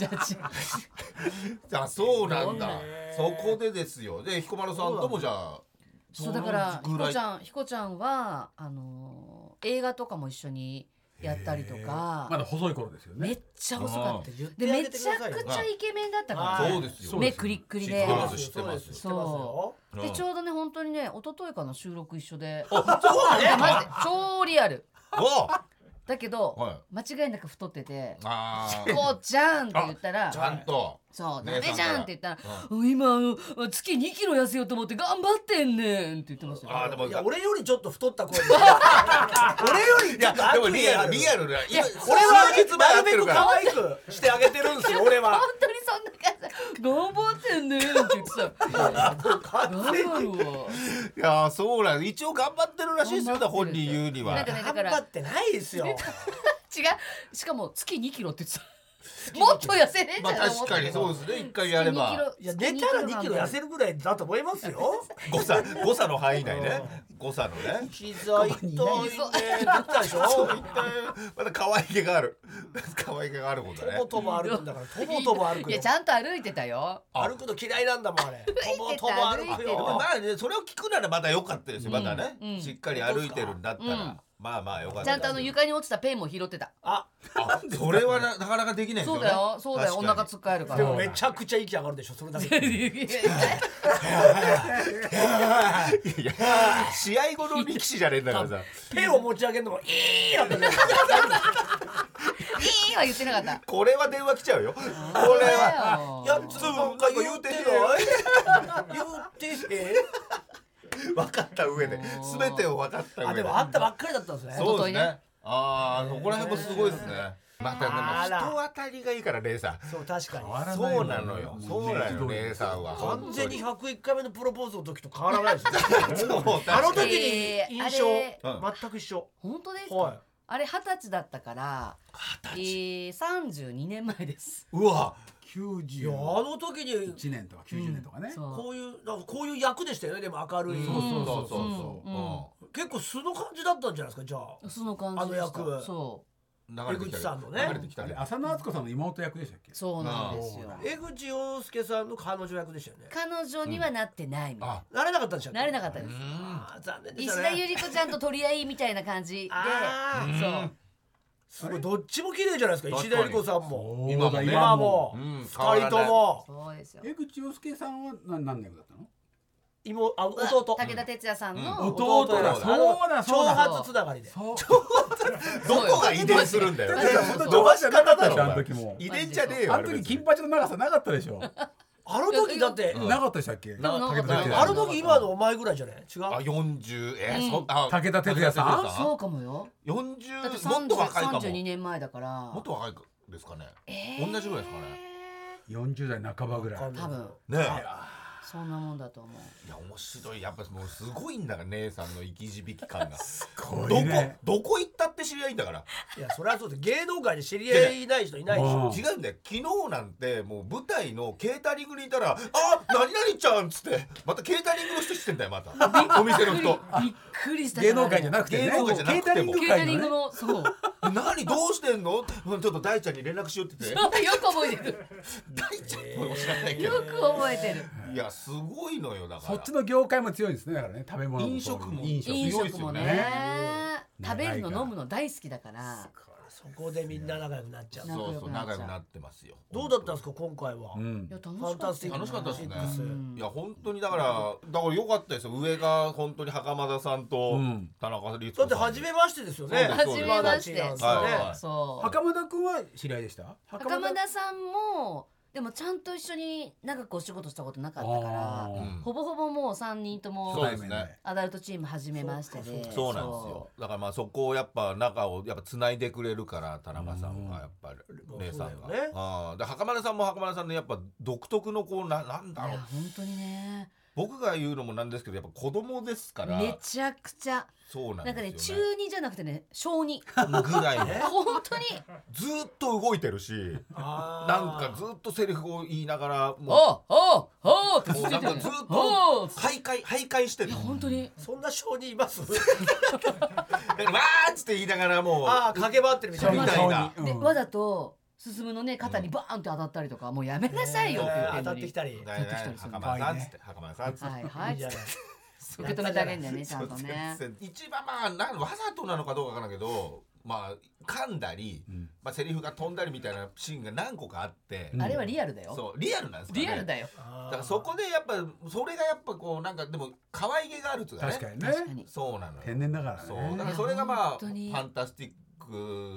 あそうなんだ
へー
そこでですよで彦摩呂さんともじゃあ
そうだから
同じ
ひ
ぐ
こ
らい
ちゃんひこちゃんはあのー映画とかも一緒にやったりとか、
まだ細い頃ですよ
め
ね
っちゃ細かったよ
で
で
め
め
ち
ちゃ
ゃく
く
ちゃイケメンだったか
はい
そうです
そ
よ
う
目クリックリ
知っ
で
てます知ってます
知ってますよ
でちょうどね本当にね一昨日かな収録一緒で
おそう
いやマジ
ね
で超リアル
お
だけど、
は
間違いなく太ってて
あ
「
ー
こうちゃん」って言ったら
ちゃんと
「そうダ
姉
メ
さん
じ
から
ゃん」って言ったら「今あの月2キロ痩せようと思って頑張ってんねん」って言ってましたよ
あーでも
い
い
や
や
俺よりちょっと太った声で俺よりちょっと
でも
悪意
リア
ある
ルリアルな
俺
今
は
数日前会
なる
って
べ
る
く
か
可
ら
愛くしてあげてるんですよ俺は
本当にそんな感じ頑張ってんねんって言ってた 頑張るわ
いやーそうなんです一応頑張ってるらしいですよね
頑張っ
本
てる
人言うに
な
は
んかねだ
頑
から
張ってないですよ
違うしかも月2キロって言ってたもっと痩せねえじ
まあ
ゃんと
確
思って
かにそうですね一回やれば
いや寝たら2キロ痩せるぐらいだと思いますよ
誤差誤差の範囲内ね誤差のね
膝痛いねだったでしょ
そう言ってまだ可愛げがある可愛げがあることだね
とぼとぼ歩くんだからとぼとぼ歩く
いや
よ
ちゃんと歩いてたよ
歩くの嫌いなんだもんあれとぼとぼ歩く
歩いて
まあ
よ
まあねそれを聞くならまだ良かったですよ、まだね、
うん
しっかり歩いてるんだったら、
うん
まあまあ良かった
ちゃんとあの
ですよ
床に落ちたペンも拾ってた
あ
あそれはななかなかできないです
そ
よ
う
ね
だよそうだよお
確かに
腹つっかえるか
で
ら
も めちゃくちゃ息上がるでしょそれだけ
いや試合後の力士じゃねえんだからさ
ペンを持ち上げるのもいいやってね
いいは言ってなかった
これは電話来ちゃうよこれは
よ
いやつなんか言うてね
言ってへん
分かった上で全てを分かった上で
あでも会ったばっかりだったんですね
そうです
一昨日
ねああそこら辺もすごいですねま
あ
た
ら
でも人当たりがいいからレイさん
そう確かに
そうなのよそうなのよレイさんは
完全に101回目のプロポーズの時と変わらないですよ
そ
あ
う
の
確か
時
に
に印
え
象
ーあれ
全く一緒
本当です
はい
かあれ二十歳だったからえー32年前です
うわ
いやあ
91
の時に
年とか90年とかね、
そう
こういうなんかこういう役でしたよねでも明るい
そうそうそうそう
うん
う
結構素の感じだったんじゃないですかじゃあ
その感じでした
あの役
そ
ん流れてきた
江口さんのね
流れてきた
あ
ね
れ浅野敦子さんの妹役でしたっけ
うそうなんですよ
江口洋介さんの彼女役でしたよね
彼女にはなってないみたい
あ
なれなかったんでしょ
なれなかったです
あー残念でし
石
た
田ゆ
ね
り子ちゃんと取り合いみたいな感じで
あー
そう
すごいどっちも綺麗じゃないですか石田ゆり子さんも
今もね
今も
うん
二人とも
そうですよ
江口洋介さんは何何年だったの
妹あ弟
武田鉄矢さん
うん
の
弟だ
あの
そうだそう
長
だ
髪つながりで
そう
どこが遺伝するんだよ
そうよそうそう
伸ばし方だ
あの
ろお前
時も
遺伝じゃねえよ
あの時金八の長さなかったでしょ
あの時だって
うん
なかったでしたっけ
な
なんか
武田鉄矢
あの時今のお前ぐらいじゃない違う
あ四十え
うん
そあ
武田鉄矢さ
武
ん
田
そうかもよ
四十
だって
もっと若いかも
32年前だから
もっと若いですかね
えー
同じぐらいですかね
40代半ばぐらい
多分
ねえ
そんなもんだと思う
いや面白いやっぱもうすごいんだから姉さんの生き字引き感が
ご
ど
い
こ
ね
どこ行ったって知り合いんだから
いやそれはそうです芸能界に知り合いいない人いないでし
う
ょ
ん
違うんだよ昨日なんてもう舞台のケータリングにいたら「あ何々ちゃん」っつってまたケータリングの人してんだよまたお店の人
びっくりした
芸能界じゃな
く
くてね
芸能界じゃなくても
ケータリング
ケータ
界
リング
のね
のそう よ
「何どうしてんの?」うんちょっと大ちゃんに連絡しようって言って
く覚えてる
大ちゃんも知らないけ
よ
ど
く覚えてる
いやすごいのよだから
そっちの業界も強いんですねだからね食べ物
飲
そう
食も
飲食
飲
強いっ
食
すよ
も
ね
ね食
長い
べ
から
るの飲むの大好きだから
そこでみんな仲良くなっちゃう
そうそう仲
仲良
良
く
く
な
なってますよ
どうだったんですか今回は、
うん
いや
ファンタスティック
楽しかったですね
うん
いや本当にだからだから良かったですよ上が本当に袴田さんと
うん
田中律
だ
子
って
さん
初めましてですよね
そうです
初めまして
そうです
は
そう
袴田君は知り合いでした
袴田さんもでもちゃんと一緒に長くお仕事したことなかったから
あー
うん
ほぼほぼもう3人と
そう
も
ですね
アダルトチーム始めましてで
そうなんですよだからまあそこをやっぱ中をやっぱ繋いでくれるから田中さんがやっぱり姉さ
そ
んが、
うだよね
ああで袴田さんも袴田さんのやっぱ独特のこうななん
そう
だ
い
ろ
や
う
本当にね
僕が言うのもなんですけどやっぱ子供ですから
めちゃくちゃ
そうなん
なんかね
です
中
よね
二じゃなくてね 小二
ぐらいの
本当に
ずーっと動いてるし
あ
なん
ー
かずーっとセリフを言いながら
お
も
おおって
うもう
続
ないん
てる
か
よね
ずーっ
お
と
う
徘徊徘徊して
い
る
や本当に
そんな性にいます
だからわーっつって言いながらもう
ああ駆け回ってるみたい
み
な
たいな
うん
でわざと進のね肩にバーンって当たったりとかもうやめなさいよって言って
当
ん
た
の
って
に
きたり
だいたい袴田さんっつって袴田さんっつって
はいはい
いじゃない
受け止めてあげるんだよねちゃんとね
一番まあなんわざとなのかどうかわからんけどまあ噛んだり、
うん
まあセリフが飛んだりみたいなシーンが何個かあって、
うん
あれはリアルだよ。
そうリアルなんですかね
リアルだよ。
だ
だ
からそこでやっぱそれがやっぱこうなんかでも可愛げがあるっていうかね
確かに
確か
ね
に。
そうなのよ
天然だからね
そうだからそれがまあフ
本当に
ァンタスティッ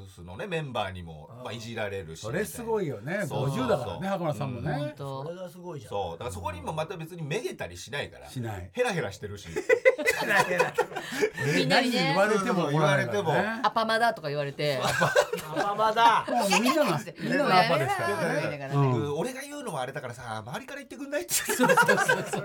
クスのねメンバーにも
あー
まあいじられるし
それすご
い
いよね
そうそうそう
50だからね袴田さんも
本
ね、
これ
当。
がすごいじゃん
そうだからそこにもまた別にめげたりしないから
しない
ヘラヘラしてるし
みんな
何
にね
言われても
言われても
怒らないからね
アパマだとか言われて。
あままだ
もうみんながみんながアパですか
やめろ
ら
よ
ね
みたいな
う
ね
ん
俺が言うのはあれだからさ周りから言ってくんないって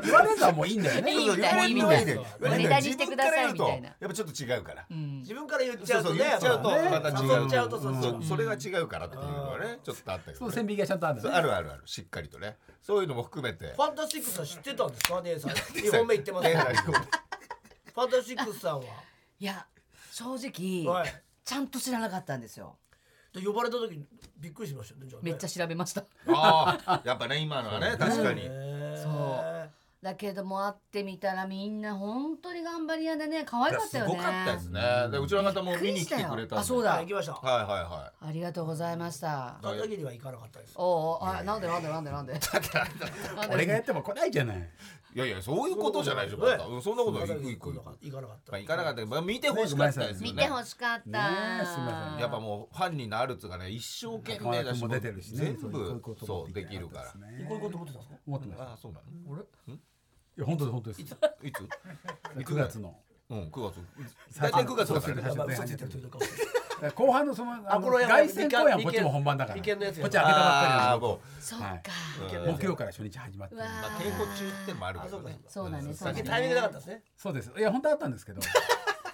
言われたらもういいんだよね
いいみたいな、いいみたいな。
言われ
ネ
る
タ
わ
にしてくださいみたい
自分から言うとや。っぱ
な
ちょっと違うから
うん。
自分から言っちゃうとね
そうそう言っちゃうと
ま
ま
た
た
ね
違う
誘っちゃうとそうそ
そううそれが違うからっていうのはねちょっとあったけ
そ
ど
の
ね
線引きがちゃんとあるん
そう
だ
あ
ね
るあるあるしっかりとねそういうのも含めて
ファンタスティックスさん知ってたんですか姉 さん2本目行ってますけど
ね
ファンタスティックスさんはい
や、正直
は、い
ちゃんと知らなかったんですよ。
で呼ばれた時びっくりしましたよねじゃあね
めっちゃ調べました。
ああやっぱね今のはね確かに
へー
そうだけども会ってみたらみんな本当に頑張り屋でね可愛かったよね
すごかったですねでうちの方も見に来てくれたんで
あそうだ
はい行きました
はいはいは
ありがとうございました
片桐は行かなかったです
おうおうあなんでなんでなんでなんでなんで
俺がやっても来ないじゃない
いいやいやそういうことじゃないでしょ
そういう
ま
こ
た
と
うんそんなこと行く行く
行
行く
かなかった
まあ行かなかったけどまあ見てほしかったですよ
見
ね
てほしかった、
ねえすいません
やっぱもうファンになるっつうかね一生懸
袴
命
田
だ
君
し
も出てるしね
全部そうできるから
こういうこと思ってたんですか
思ってました
ああそうなの
俺いや本当です本当です
いつ
9月の
うん9月大体9月だからね
最初
まあ
前
嘘
半
ついてる時とかも
後半のそのあ
あ
の
これやばい
凱旋公演はこっちも本番だか
利
らこっち
権の
開
やつ
け
や
たばっか
あ
り
あ
なの
も
そっか、
う
木曜から初日始まって
う
る
わ
まあ稽古中ってのもあるけどね
あ
そうだねそう
さ
だ
っき
ね
タイミングなかったですね
そうですいや本当はあったんですけ ど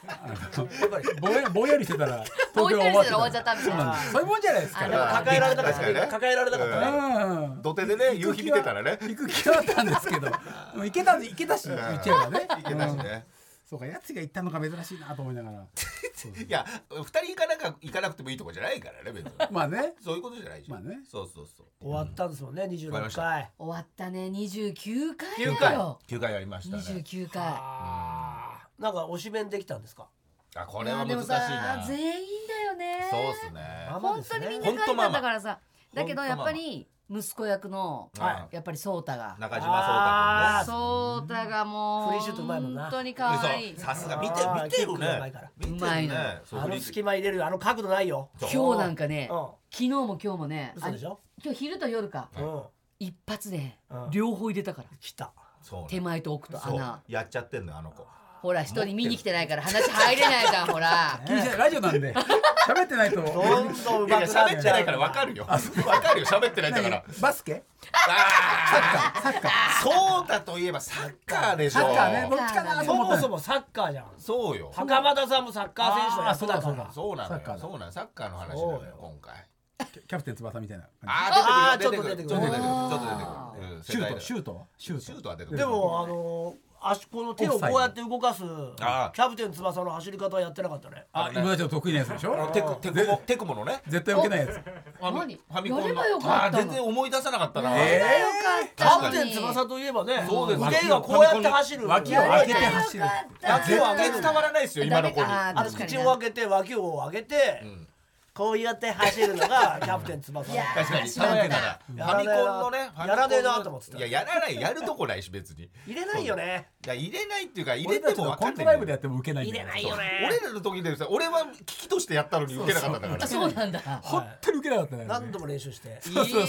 あの
やっぱり
ぼやぼんやりしてたら
もう
東
一
京
人
終わっ
で
て
終わっちゃ
た
ったみたいな
そういうもんじゃないですか
あ
やっぱ
ら
抱えられなかった
確かにね
抱えられなかったね
うん
土手でね夕日見てたらね
行く気はあったんですけどもう行けた行けたし言っちゃえばね
いけたしね
そうかやつが行ったのが珍しいなと思いな がらそうそう
いや二人行かなか行かなくてもいいとこじゃないからね別に
まあね
そういうことじゃないじゃん。
まあね
そうそうそう。
終わったんですもんね
わり
26
まし
回
終わったね29回
九
だ
回
よ。
九回やりましたね。
29回
あーなんか推しメンできたんですか
あこ
こ
れは難しいな。そう
全員だよね
っすね。
ママ
本
です
当にみん
ね
な可愛かったからさ
ママ
だけどやっぱり息子役の
は
やっぱり颯太が
中
あ
島
ー
壮
そうたがもう
フリーシュートうまいもんな
本当に
太
可愛
君
い
ね。そうさすが見て
あー
見て
キッ
る
クがうまい
ね
から。
見てるね
うまいのよ
そう
あ
フリ
の
ー
隙間入れるあの角度ないよ
そう
今日なんかね
うん
昨日も今日もね
嘘でし
あ
ょ
今日昼と夜か
うん
一発で
うん
両方入れたから
来た
そうね
手前と奥と
そう
穴
やっちゃってんのよあの子。
ほら一人見に来てないから話入れないじゃん ほら
気にしないラジオなんで喋ってないと
どんどん上
いやい
手
や
くなっ
喋っ
ち
て
ゃ
な
う
いからわかるよ。わかるよ喋ってないんだから。
何バスケ
ああ。サッカー。そうだといえばサッカーでしょ。
サッカーねどっちかなと
そ
思った
もそもサッカーじゃん
そうよ。
袴田さんもサッカー選手の役だか
あーそうだそうだ
ら
そうなのよ
サッカー。だ
そうなの。サッカーの話なの
そうよ
よ今回。
キャキャプテン翼みたいな感
あ
あー
ー出てくる
ち
ち
ょ
ょ
っと
っと
出
出
てくる
てくるちょっと出てくるうん世
じシュー
界
ト
だ
シュートはシュート
シュートは出てくる
でもあの足この手をこうやって動かすキ
あー
ャプテン翼の走り方はやってなかったね
あ今ちょっと得意なやつでしょ
テクテクモテクモのね
絶対受けないやつ
あの
何
ファミコンの
やればよかったの
あー全然思い出さなかったな、
よかっ
キ
た
ャ
の
プテ
に
ン翼といえばね
そうです
腕がこうやって走る
脇を
や
開
れ
けて走る
絶対伝わらないですよ今の子に
あー
あの
確かに
口を開けて脇を上げて、こうやって走るのがキャプテン翼
いや
確かに
しまった
爽やかなファミコンのねファミコンの
やらねえなと思ってた
いややらないやるとこないし別にい
入れないよね
や入れないっていうか入
俺
れ
た
て
ち
も
の
分
コ
かんな
ント
い
ライブでやっても受けないん
入
だ
れ
よ
ないよね
俺らの時でさ俺は危機としてやったのに受けなかったんだから
あそうなんだ
本当に受けなかったね
何度も練習して
そうそうそう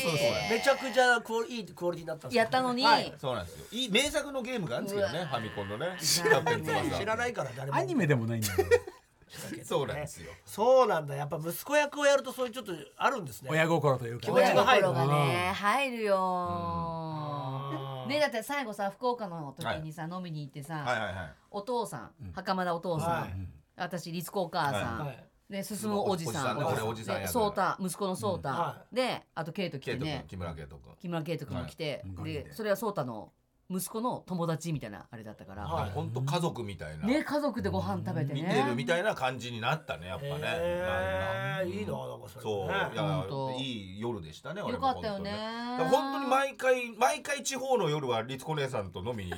めちゃくちゃクオリいいクオリティになったんですよ
やったのに
はい
そうなんですよいい名作のゲームがあるんですけど
う
ね
わ
ファミコンのね知
知らない
知らないから誰も
アニメでもないんだよ
そうなんですよ
そうなんだやっぱ息子役をやるとそういうちょっとあるんですね
親心というか
気持ちが入る
親心がね入るよねだって最後さ福岡の時にさ飲みに行って
はい
さ
はいはい
お父さん袴田お父
は
さ
い
ん私律子お母さ
は
ん
い
で進むおじさ
おじさ
ん
んね俺おじさん役
で颯太息子の颯
うんは
太であとケイト来
ケイ
て
ト君
ね
木村ケイト君
木村ケイト君も来て
はい
でそれは颯太の息子の友達みたいなあれだったから
はい
本当家族みたいな
ね家族でご飯食べて
見てるみ
ね
たいな感じになったねやっぱね
えーいいななんかそれ
そう、い
本
や
当
いい夜でしたね俺
よ
も
か
本
っ
当
たよね
だから本当に毎回毎回地方の夜は律子姉さんと飲みに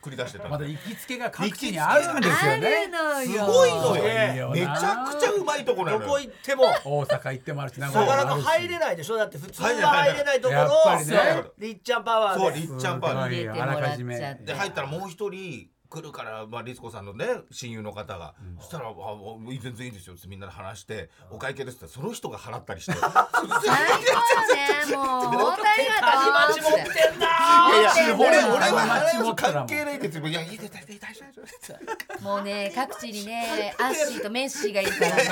繰り出してた
まだ行きつけが各地にあるんです
あ
よ
る
ね
の
す
よ
ごいの
いい
よ
よな
めちゃくちゃうまいとこな
ど
の
こ
よ
行っても
大阪行ってもあるし名
な
古屋も
か
あ
な
るし
か入れないでしょだって普通は
入れない
入れないところ
やっぱりね
そうりっちゃんパワ
そう
ー
り
で
っちゃんパー
すごいよあらかじめ
で入ったらもう一人来るから、まあ、律子さんのね親友の方が、そしたらあもう「全然いいですよ」ってみんなで話して「お会計です」ってその人が払ったりして
最高よねもう本当ありがとう
持ってんない
やいや
地方
俺俺
の
は払うの
町持ったら
関
もう
係ないですよいやいいですいいですいいです
もうね各地にねアッシーとメッシーがいるからね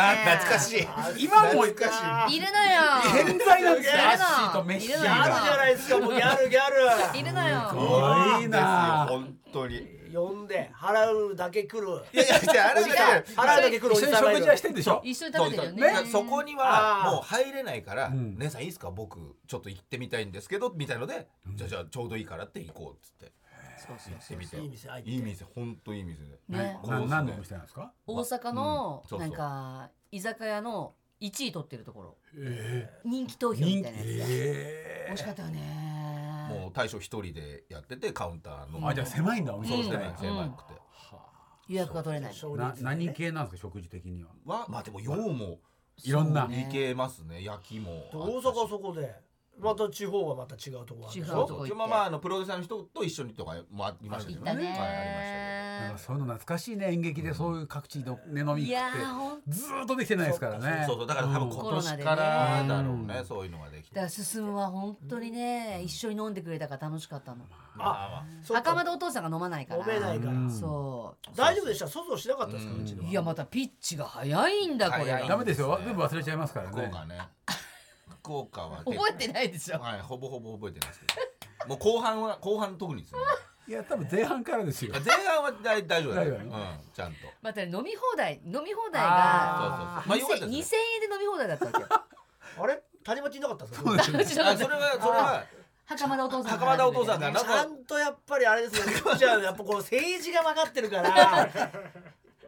懐かしい
今も
懐か
いるのよ
健在なんですよ
いるの
アッシーとメッシー
いる
あ
の
るじゃないですかもうギャルギャ
いるのよ
ごいな
ですよ本当に
ル呼んで払うだけ来る
いやいやいやあれ
おじさん
だけ
払うだけ来るおじ
一緒に
さんがい
食
る
事はしてんでしょ
一緒に食べてるよね
そうそうそこには
あー
もう入れないから
ん
「姉さんいいですか僕ちょっと行ってみたいんですけど」みたいので「じゃあじゃあちょうどいいから」って行こうっつって
そうそう
行ってみて
いい店入って
いい店ほんといい店で
ね
こう
な何のお店なんですか
大阪の
うんそうそう
なんか居酒屋の1位取ってるところ人気投票み
人
た
気
いなやつで美味しかったよね
もう大将一人でやっててカウンターの
あじゃあ狭いんだお
そうです
店自
ね
体が
狭くて
予約が取れない
少
な
人数
何系なんですか食事的には
はまあでもようも
いろんな
行けますね焼きも
大阪はそこでまた地方はまた違うとこあるでし
違う
ょ
とこ行って
まあまああのプロデューサーの人と一緒にとかもありましたけ
行
ど
った
はいあ
なん
ね
かそういうの懐かしいね演劇でそういう各地のね飲み
い
行
や
くって
ーほん
ずーっとできてないですから
りました
ね
そうそうだから多分
うん
今年からだろうね
うん
そういうのができて
だから進むは本当にね一緒に飲んでくれたから楽しかったの
まあまあ
そうか
赤間でお父さんが飲まないから
飲めないから
うん
そ
大丈夫でした想像しなかったですかうちの
う
はい
やまたピッチが早いんだこれ
早い
ダメですよ全部忘れちゃいますから
福
ね
岡ね福岡は
覚えてないでしょ
はいほぼほぼ覚えてないですけどもう後半は後半特にですね
いや多分前半からですよ
前半は大大丈夫だよ
大丈夫
うんちゃんと
またね飲み放題飲み放
そう
題が
そう
あ
そうまあ
2000
よかっ
円
た
で
で
飲
す
み放題だったわけよ
あれ谷町いなかったんですか
うち
ね
の
あそれはそれは
袴田お父さん
袴田お父さんがなん
ちゃ
か
んとやっぱりあれですね、りっちゃん、やっぱこの政治が分かってるから、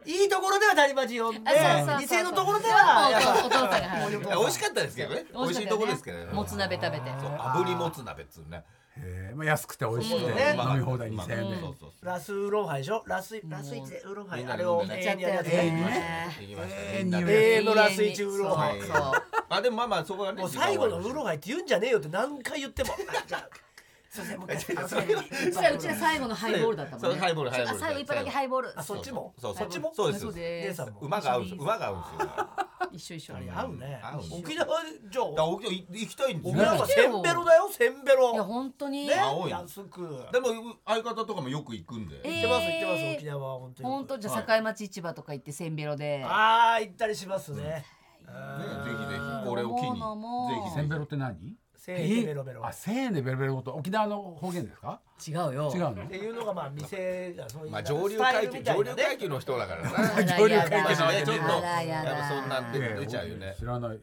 いいところでは谷町呼んで、
あそうそうそうそう
店のところでは、やっぱ
お父さんが払ってる
いや美味しかったですけどね美味しいとこですけどね
もつ鍋食べて
そう炙りもつ鍋っつうね
えーまあ安くて美味しくて
そうね
飲み放題
まあ
2000円で
そうそうそう
ラスウーロンハイでしょラス、ラスイチでウーロンハ
み
イ、
ん
あ
なで
れ
飲
を
んでね
永遠にやるやつ
やっちゃったよ
ね。
ね
行きました
えー
みんな
え
で
ーのラスイチウーロンハイ
そうそう
あでもまあまあそこがね
もう最後のウーロンハイって言うんじゃねえよって何回言っても、あじゃあ、すいません、もう一回、
うちらうちら最後のハイボールだったもん
そう
ね
ハイボールハイボール
あ最後一杯だけハイボール
あそっちも
そう
そっちも
そうです
そうで
姉
す
さんも。
馬が合うんですよ馬が合うんですよだか
一緒一緒
あれ合うね
合う。
沖縄、じゃ
ら
あ、
沖縄い行きたいんで
沖
す
縄
よ
はせんべろだよ、せんべ
いや
ろ。
本当に、
ね、
青い
安く。行っ
でも相方とかもよく行くんで
え
てます、行ってま
えー
す、沖縄は本当に。
本当じゃあ境町市場とか行ってせんべろで、
ああ行ったりしますね。
ね、ぜひぜ
ひ。
ひこれを機に
飲もう飲もう
ぜひ
せ
ぜ
ん
ひ
べろって何
せーのベロベロ。
あ
っ
1000円でベロベロごと沖縄の方言ですか
違うよ
違うの
ていうのがまあ店がそういう。
まあ上流階級、上流階
級。
級の人 だから
あら
ね。
上流階級
やだ
だからねちょっと
あらやだ
やっぱそんなんで
ええ
出ちゃうよね
知らない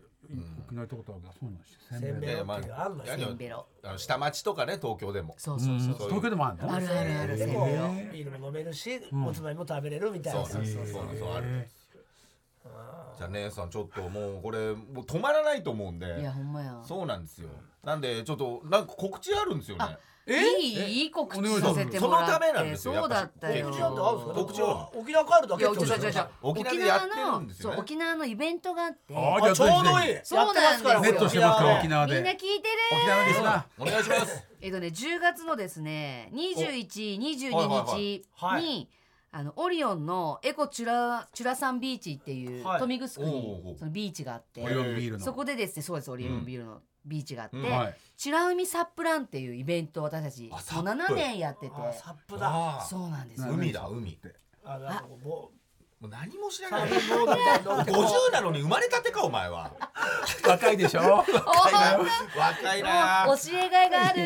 沖縄行ったことはそうなんですよ
せ
せ
ん
ん
べ
べ
ろ
ろ
っていうのあるのよ
い
せ
や
んべろ
あの下町とかね東京でも。
そうそうそう、
東京でもあるの
あるあるある
で
せんべ
も
ろ
ビールも飲めるし、おつまみも食べれるみたい
そ
な
う。そうそうそうそうあるんですよ。じゃあ姉さんちょっともうこれもう止まらないと思うん
い
で
や。ほんまや
そうなんですよ。なんでちょっとなんか告知あるんですよね。
いいいい告知させてもらって
そのためなんですよ
そうだった
や
よ
っぱ
沖
り
縄って合うんですか。沖縄帰る
告知は
だ
い
け
や
っ
違
て
う
ことで
違う違
すよね。
う
沖縄でやってるんですよ
そう
ね。
沖縄のイベントがあって
あ
あちょうどいい。
ネ
やってますから。
そうなんですよ
ットしてますから沖
縄。
縄
みんな聞
で
いてる
沖縄のリスナー
お願いします。
えっとね10月のですね21、
はいはい
22
はい
日
は
にあのオリオンのエコチュラチュラサンビーチっていう
はい
豊見城
おうおう
にそのビーチがあって
オリオンビールの
そこでですねそうですオリオンビールのビーチがあって
うん
はい
美ら海サップランっていうイベントを私たちもう
あサップ
7年やってて
あサップだ。
あ
そうなんです
あ
よ
海だ海。
あなんかも
もう何も知ら
う
な
サ
い。
ーフィンボードみたいなの
五十なのに生まれたてかお前は。
若いでしょ
若いな。若いな。
もう教えがいがある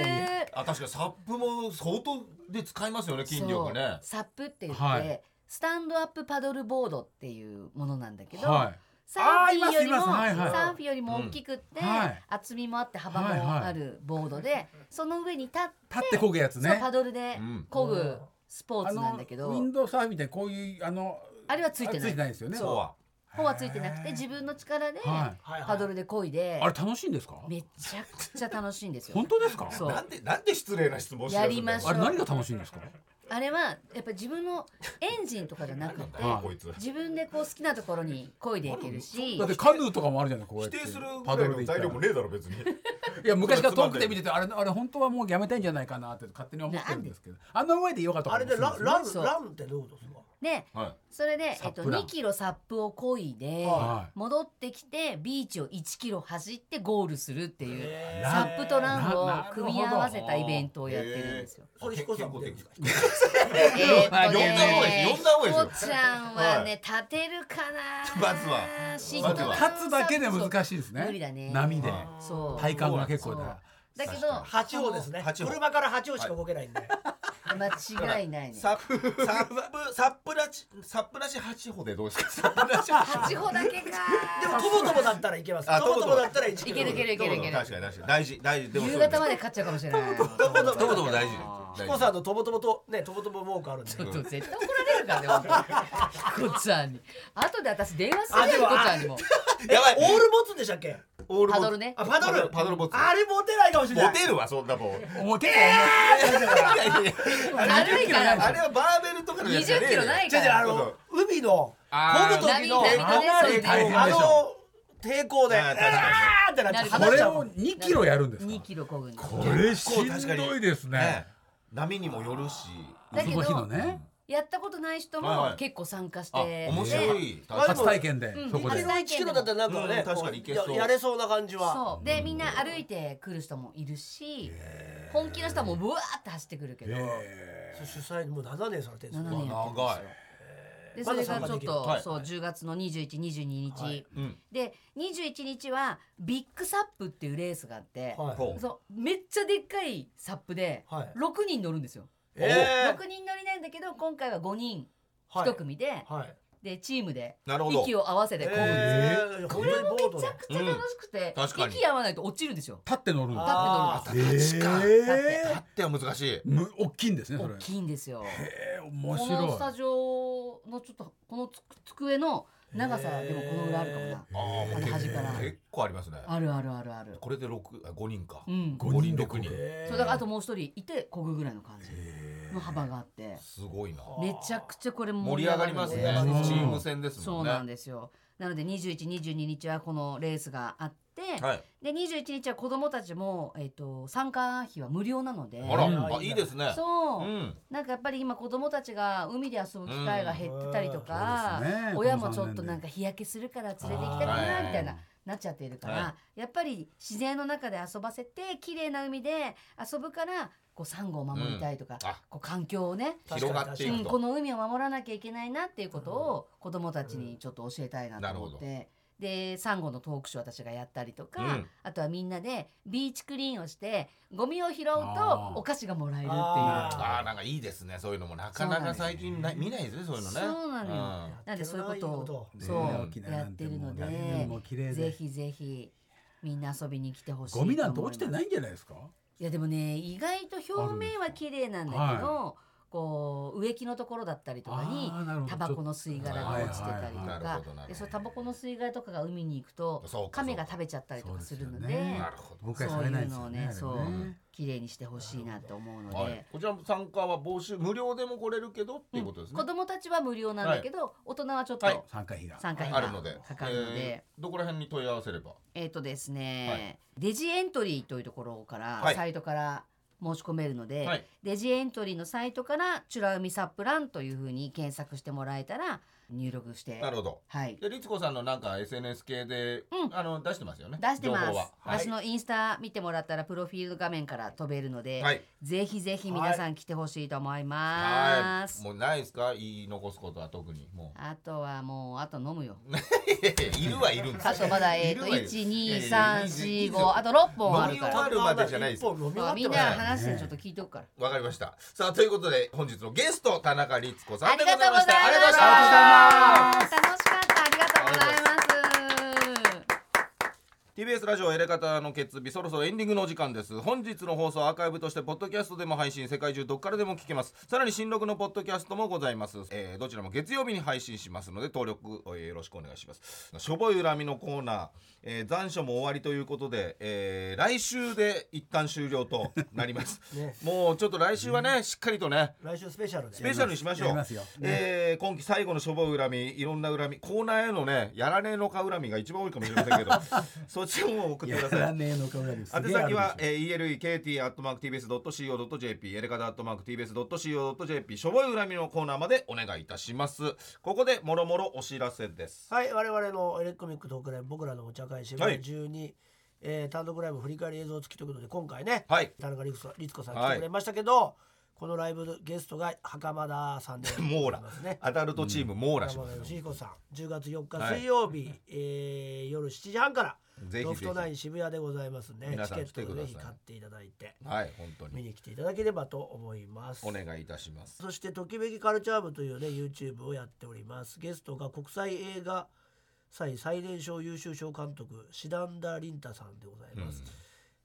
あ確かにサップも相当で使いますよね筋力
そう
ね。
サップって言って、
はい
スタンドアップパドルボードっていうものなんだけど、
はい
サーフィンよりも、
あーいますいますはいはい
サーフィンよりも大きくって、
うんはい
厚みもあって幅もあるボードで、その上に立っ
立ってこぐやつ
て、
ね
パドルで
うん
漕ぐスポー
あ
ツなん
の
だけ
ウィン
ど、
ドウサーフィンみたいにこういうあの
あれはついてない
ついてないですよね
そうは。
帆はついてなくて自分の力で
はい
はいはい
パドルで漕いで、
あれ楽しいんですか
めちゃくちゃ楽しいんですよ
本。当ですか
そう
なんでなんで失礼な質問し
やりましょ
あ
う
れ何が楽しいんですか
ああれはやっぱ自分のエンジンとかじゃなくて
あこいつ
自分でこう好きなところに漕いでいけるし
だってカヌーとかもあるじゃないこうや
否
って
定するぐ
パ
ら
ド
い
ル
の
で行っ
材
たら
料もねえだろ別に
いや昔から遠くで見ててあれあれ本当はもうやめたいんじゃないかなって勝手に思ってるんですけどあの上でヨガとか
あ
も
れ
する
で
んで
ラ
すね
ラン
そう
ランってどういうことですか
で
は
それで、え
サッ
っと、
プラン
2キロサップを漕いで
は
戻ってきてビーチを1キロ走ってゴールするっていう
へー
サップとラン
なな
を
るほど
組み合わせたイベントをやってるんですよ。
それ彦さんも出るんですか
呼んだ方がいいですよ呼んだ方がいいで
えーっとね彦ちゃんはね立てるかな。
まずは
嫉
ま
妬
ず
の
は
立つだけで難しいですね
無理だね
波で
は
そう。
体感が結構
そう
だ
だけど
八王ですね
八王
車から八王しか動けないんで
間違いないね。
サップサップサップラチサップラシ八歩でどうですかサップラシ八
地
歩
方だけか。
でもトボトボだったらいけます
あ
トボトボだったら1
い
キロ
けるいけるいけるいける。
確かに確かに大事大事でも
夕方まで勝っちゃうかもしれない。
トボト
どこ
ボ
でも大事
彦さんのトボトボとねトボトボ文句あるんで
ちょっと絶対怒られるからね本当に。ヒコち ゃんに。後で私電話するよ
あで
ヒ
も
コちゃんにも。
やばい
オールボツでしたっけ
オールボ
パドルね。
あパドル
パドルボツ
あれモテないかもしれない
モテるわそんなもん
重い結構重い
いやいやいや
軽いから。
あれはバーベルとかのや
20
つじゃねえ
キ
の
ロない
じゃ
か
じゃあ
ら。
の海の
あー
漕ぐ時の
波波
かなり
だ
大
ね。
変でしょ
あの抵抗でう
あ
わ
ー確かにね
ーってなって
な
こ
離れ
る
ち
れ
ゃうも
を
ん
2キロやるんですか
2キロこぐに。
これしんどいですね
ね波にもよるし
だけ
その日の
ど
ね
やったことない人
はい
も
はい
結構参加し
あ
て。
面白い
あでも
初体験で
うん
そこ
あれ
で
が1キロだったらなんか
う
ね
ん確かにいけそう
ややれそうな感じは
そうでみんな歩いてくる人もいるし本気の人はもうブワーって走ってくるけど
そう主催もう7年されてるんで
7
す
年やって
長い
るで
ま
そ
だ
れが
参
ちょ
加
っ
できる
と
はい
そう10月の2122
はい
日
うん
で21日はビッグサップっていうレースがあって
はい
こう
そうめっちゃでっかいサップで
はい
6人乗るんですよ
え
6人乗りなんだけど今回は5人
ーはい
1組で
はい
でチームで
なるほど
息を合わせてこう
えー
これもめちゃくちゃ楽しくて
うん確かに
息合わないと落ちるでしょ
立って乗るん
あ
だ
あー
立って
あっては難しい
む大きいんですねそ
大
れ
きいんですよ
えー面
こ
白い
のスタジオのちょっとこのつ机の長さでもこのぐらいあるかもな
あーもう
あの端から
結構ありますね
あるあるあるある
これで六あ五人か
うん
ご
五人
五
六
人
人
えー
そうだからあともう一人いてこぐぐらいの感じの幅があって
すごいな
めちゃくちゃこれ
盛り上がりますね
盛り上がるんで
チーム戦です
そ
も
うんなん
ね
ですよなので2122日はこのレースがあって
はい
で21日は子どもたちも、えっと参加費は無料なので
あらあいいですねう
そう、
ん
なんかやっぱり今子供たちが海で遊ぶ機会が減ってたりとか、
うんそうですね
親もちょっとなんか日焼けするから連れて行きたくないみたいな。なっちゃっているから、
は
やっぱり自然の中で遊ばせて綺麗な海で遊ぶからこうサンゴを守りたいとか、
あ
こう環境をね、
確かに
広がってい
うん
く
ことの海を守らなきゃいけないなっていうことを子供たちにちょっと教えたいなと思って、でサンゴのトークショー私がやったりとか、
うん
あとはみんなでビーチクリーンをしてゴミを拾うと
あー
お菓子がもらえるっていう。
あー
あーなんかいいですねそういうのもなかなか最近ない見ないですねそういうのね
そうなのよ
ん
なんでそういうことを
や
そう
ね沖縄
や
な
っ
ん
て
て
る
も
の
う
で
ねもう綺麗で
ぜひぜひみんな遊びに来てほしいと
ゴ
思
ミ
います
なんて落ちてないんじゃないですか
いやでもね意外と表面は綺麗なんだけど、こう植木のところだったりとかに
あーなるほど
タバコの吸い殻が落ちてたりと
はいはいはいなる
か
ほどなるほど
でそのタバコの吸い殻とかが海に行くと
そうかそうか
亀が食べちゃったりとかするの
そ
で
うですよね
なるほど
僕
そう
はされないいうです
のを
よ
ね
ね
そう
あれね
綺麗にしてほしいなと思うので、
はい、こちらも参加は募集無料でも来れるけどっていうことですね、
子供たちは無料なんだけど、大人はちょっと
はい
参加費が
参加費
あるので
がかかるので。
えーどこら辺に問い合わせれば
えっ、とですね、
は
デジエントリーというところから、
はい
サイトから申し込めるので、
はい
デジエントリーのサイトから「チュラ海サップラン」というふうに検索してもらえたら入力して
なるほど
はい、
で律子さんのなんか SNS 系で、
うん
あの出してますよね
出してま
情
す、
報ははい
私のインスタ見てもらったらプロフィール画面から飛べるので、
はい
ぜひぜひ皆さん来てほしいと思います、
はいもうないですか言い残すことは特にも
あとはもうあと飲むよ
う いるはいるんです
あとまだえっ、
い
と
るわよいやいやいいです
12345
よ
あと6本あ
飲
る
み
か
終
ら
わるまでじゃないです
一本飲み終
ま
わ
あ
っ
み
て
ん
ま
な
す
が話してるのちょっと聞いておくから。
わかりましたさあということで本日のゲスト田中律子さんでございました
ありがとうございました。楽しかった。ありがとうございます。
TBS ラジオエレカタの決日そろそろエンディングのお時間です本日の放送はアーカイブとしてポッドキャストでも配信世界中どっからでも聞けますさらに新録のポッドキャストもございます、えーどちらも月曜日に配信しますので登録えーよろしくお願いしますしょぼい恨みのコーナー、えー残暑も終わりということで、えー来週で一旦終了となります、
ね
もうちょっと来週はね、しっかりとね
来週スペシャルで
スペシャルにしましょう
やりますよ
えー今季最後のしょぼい恨みいろんな恨みコーナーへのねやらねえのか恨みが一番多いかもしれませんけどそっちも送ってください
ねえのか裏です
宛先は、えー、elekt.tbs.co.jp エレカタ .tbs.co.jp しょぼい恨みのコーナーまでお願いいたしますここでもろもろお知らせです
はい我々のエレコミックトークライブ僕らのお茶会
はい
12、えー単独ライブ振り返り映像付きということで今回ね、
はい
田中律子さん律子さん来てくれましたけど、このライブのゲストが袴田さんで
網羅
ますね
アダルトチーム網羅 し
山
ま
田
す、
義彦さん10月4
は
日
い
水曜日、えー夜7時半から
ぜひぜ
ロ
ひ
フトナイン渋谷でございますね
皆
チ
さ
ケ
ん
ット
来てくだ
ぜ
さい
ひ買っていただいて
はい本当
見
に
に来ていただければと思います
お願いいたします
そして「ときめきカルチャー部」というね YouTube をやっておりますゲストが国際映画祭最年少優秀賞監督シダンダ・リンタさんでございます、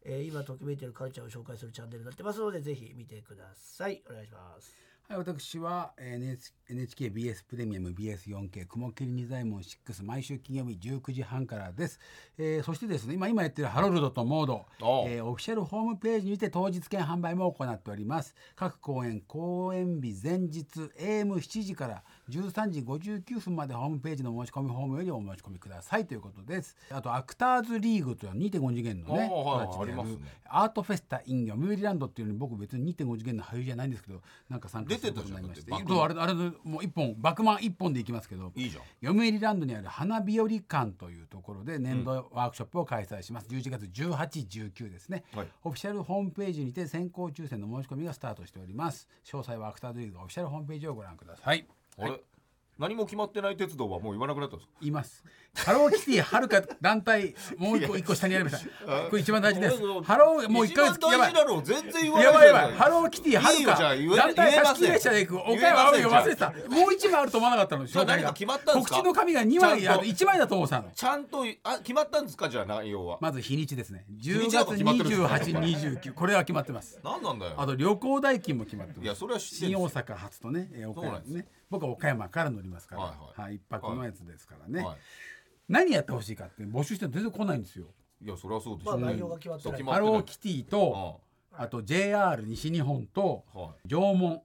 えー今ときめいているカルチャーを紹介するチャンネルになってますのでぜひ見てくださいお願いします
はい、私はえー NHKBS プレミアム BS4K 雲霧仁左衛門6毎週金曜日19時半からです、えーそしてですね今今やってるハロルドとモード
おう
えーオフィシャルホームページにて当日券販売も行っております各公演公演日前日 AM7 時から13時59分までホームページの申し込みフォームよりお申し込みくださいということですあとアクターズリーグというのは2.5次元のね
おうはい
人たち
あり
でやる
ますね
アートフェスタインギョミューリランドっていうのに僕別に2.5次元の俳優じゃないんですけどなんか参加することになりまして
出てたじゃん
そうあれあれもう一本バクマン一本でいきますけど
いいじゃん
読売ランドにある花日和館というところで年度ワークショップを開催します、11月1819ですね、
はい
オフィシャルホームページにて先行抽選の申し込みがスタートしております詳細はアクターズリーグのオフィシャルホームページをご覧ください
あれ何も決まってない鉄道はもう言わなくなったんですか
言 いますハローキティはるか団体もう一個一個下にありま したこれ一番大事ですハローもう一回
一番
やば
大
い
事なのを全然言わ
やば
ないい
やばい。ハローキティ、は
じ
る
ゃあ
か
言え、
団体
言えま
差
せん
し切れ者で行く、岡山青
言え
よ、
ま
忘
せん
れてた。もう一枚あると思わなかったの、紹
何
介
か
が。
決まったんです
告
か
知の紙が2枚、
ちゃん
あ
と
の1枚だと思ってたの。
ちゃんとあ決まったんですかじゃあ内容は、
まず日にちですね。
日
10
ちだ
月
と決まってるんですか
28、29。これは決まってます。
何なんだよ
あと旅行代金も決まってます。
いやそれは知ってる
新
んで
大
すよ
阪発とね、えー岡
そう
山
なんです
ね。僕は岡山から乗りますから、
は
はいい
はい
一泊のやつですからね
は。
何やってほしいかって募集しても全然来ないんですよ。
い、いやそれはそうでし
ま
ょ、
あ内容が決まって
そう
ない
決まっ
ハ
てない
ローキティと、あと JR 西日本と、
はい
縄文。
はい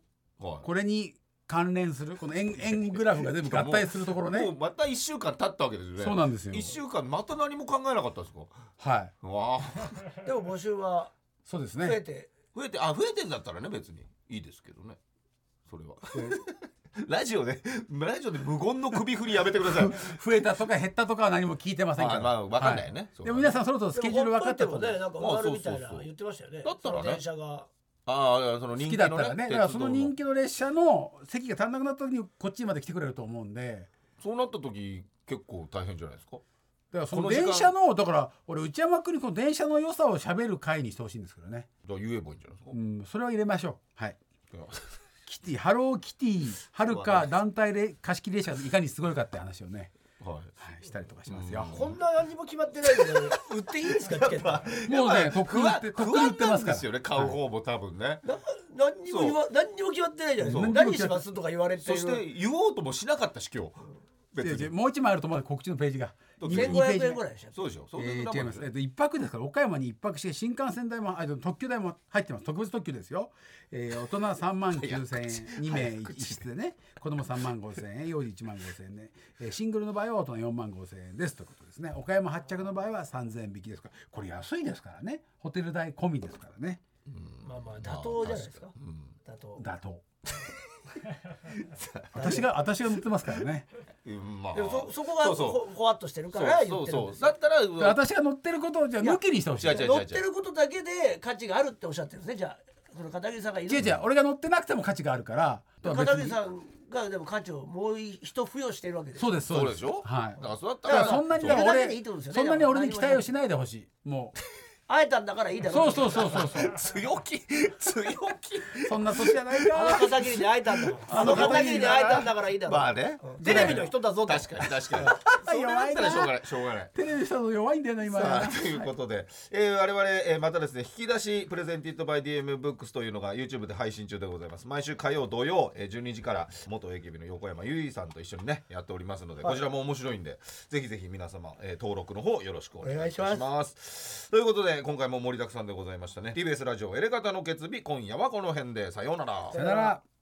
これに関連するこ の円円グラフが全部合体するところ
もう
ね。
また1週間経ったわけですよね
そうなんですよ
1週間また何も考えなかったんですか
はい。
わあ
でも募集は
そうです
増え
ね。
て
増えてあ増えてんだったらね別にいいですけどねそれは ラジオでラジオで無言の首振りやめて ください
増えたとか減ったとかは何も聞いてませんから。
まあまあわかんないよね
は
そうだね
でも皆さんそろそろスケジュール分かって
でもほ
も
っといて
ね
もね。なんか終わ
あそ
るみたい
うそうそう
な言ってましたよね
だった
その
らね
電車が
ああその
好
人
き
気
だっ
の
たらね。だからその人
人
気の列車の席が足んなくなった時にこっちまで来てくれると思うんで。
そうなった時結構大変じゃないですか
だからその
この時間
電車のだから俺内山君にこの電車の良さを喋る回にしてほしいんですけどね。
じゃあ言えばいいんじゃないですか
うん、それは入れましょう。はい。
いや
キティ、ハローキティ、はるか団体で貸し切り列車がいかにすごいかって話をね、
はい
はい、したりとかしますよ。
こんな何も決まってないのに売っていいん ですかチケット
もうね、とっ
不
くに売っ
安
て、とっく
不
に売
安
って
な
ま
ん
すか
で
ら。
すよね買う方も多分ね
な何にも言わ何にも決まってないじゃないですか何しますとか言われて
そして言おうともしなかったし今日
いやい
別
や
に
もう一枚あるとまだ告知のページが。二二ページ
1500
目
円ぐらいでした
そうでしょそ
え
うだ
ー
もん
違います。えっと一泊ですから岡山に一泊して新幹線代もあ特急代も入ってます。特別特急ですよ。えー、大人三万九千円、二名一室でね、子供三万五千円、幼児一万五千円ね、えーシングルの場合は大人四万五千円ですということですね。岡山発着の場合は三千引きですから、これ安いですからね。ホテル代込みですからね。
まあまあ妥当じゃないですか妥当
妥 当。私が私が乗ってますからね。
うんまあ
でもそそこが
そうそう
ほほわっとしてる
そ
から言
う
ってるん
そう
で
そう
すよ
だったらうわ
私が乗ってることをじゃあ抜きにしてほしい。
違う違う違う
乗ってることだけで価値があるっておっしゃってるんですねじゃあその片桐さんがいる
違う違う俺が乗ってなくても価値があるから
片桐さんがでも価値をもう一付与してるわけです
そうです
そうで
す
しょだ
はい
からそうだった
だから
ら
そんなに
そう
だから
それだけ
俺
でいいってことですよね
そんなに俺に期待をしないでほしいもう
会えたんだからいいだろ
そうそうそうそうそう
強気強気
そんな年じゃない
あの
か
片桐に会えたんだからあの片桐に会えたんだからいいだろ
まあね
うんテレビの人だぞと
確かに確かにそれだ
弱
っ
い
たらしょう
な
がないしょうがない
テレビしたの弱いんだよな今
さあということで、えー、我々、えー、またですね引き出しプレゼンティットバイ DM ブックスというのが YouTube で配信中でございます毎週火曜土曜、えー、12時から元 AKB の横山由依さんと一緒にねやっておりますので、こちらも面白いんでぜひぜひ皆様、えー、登録の方よろしくお願いいたします
お願いし
ということで今回も盛りだくさんでございましたね TBS ラジオエレガタの決日今夜はこの辺でさようなら
さよなら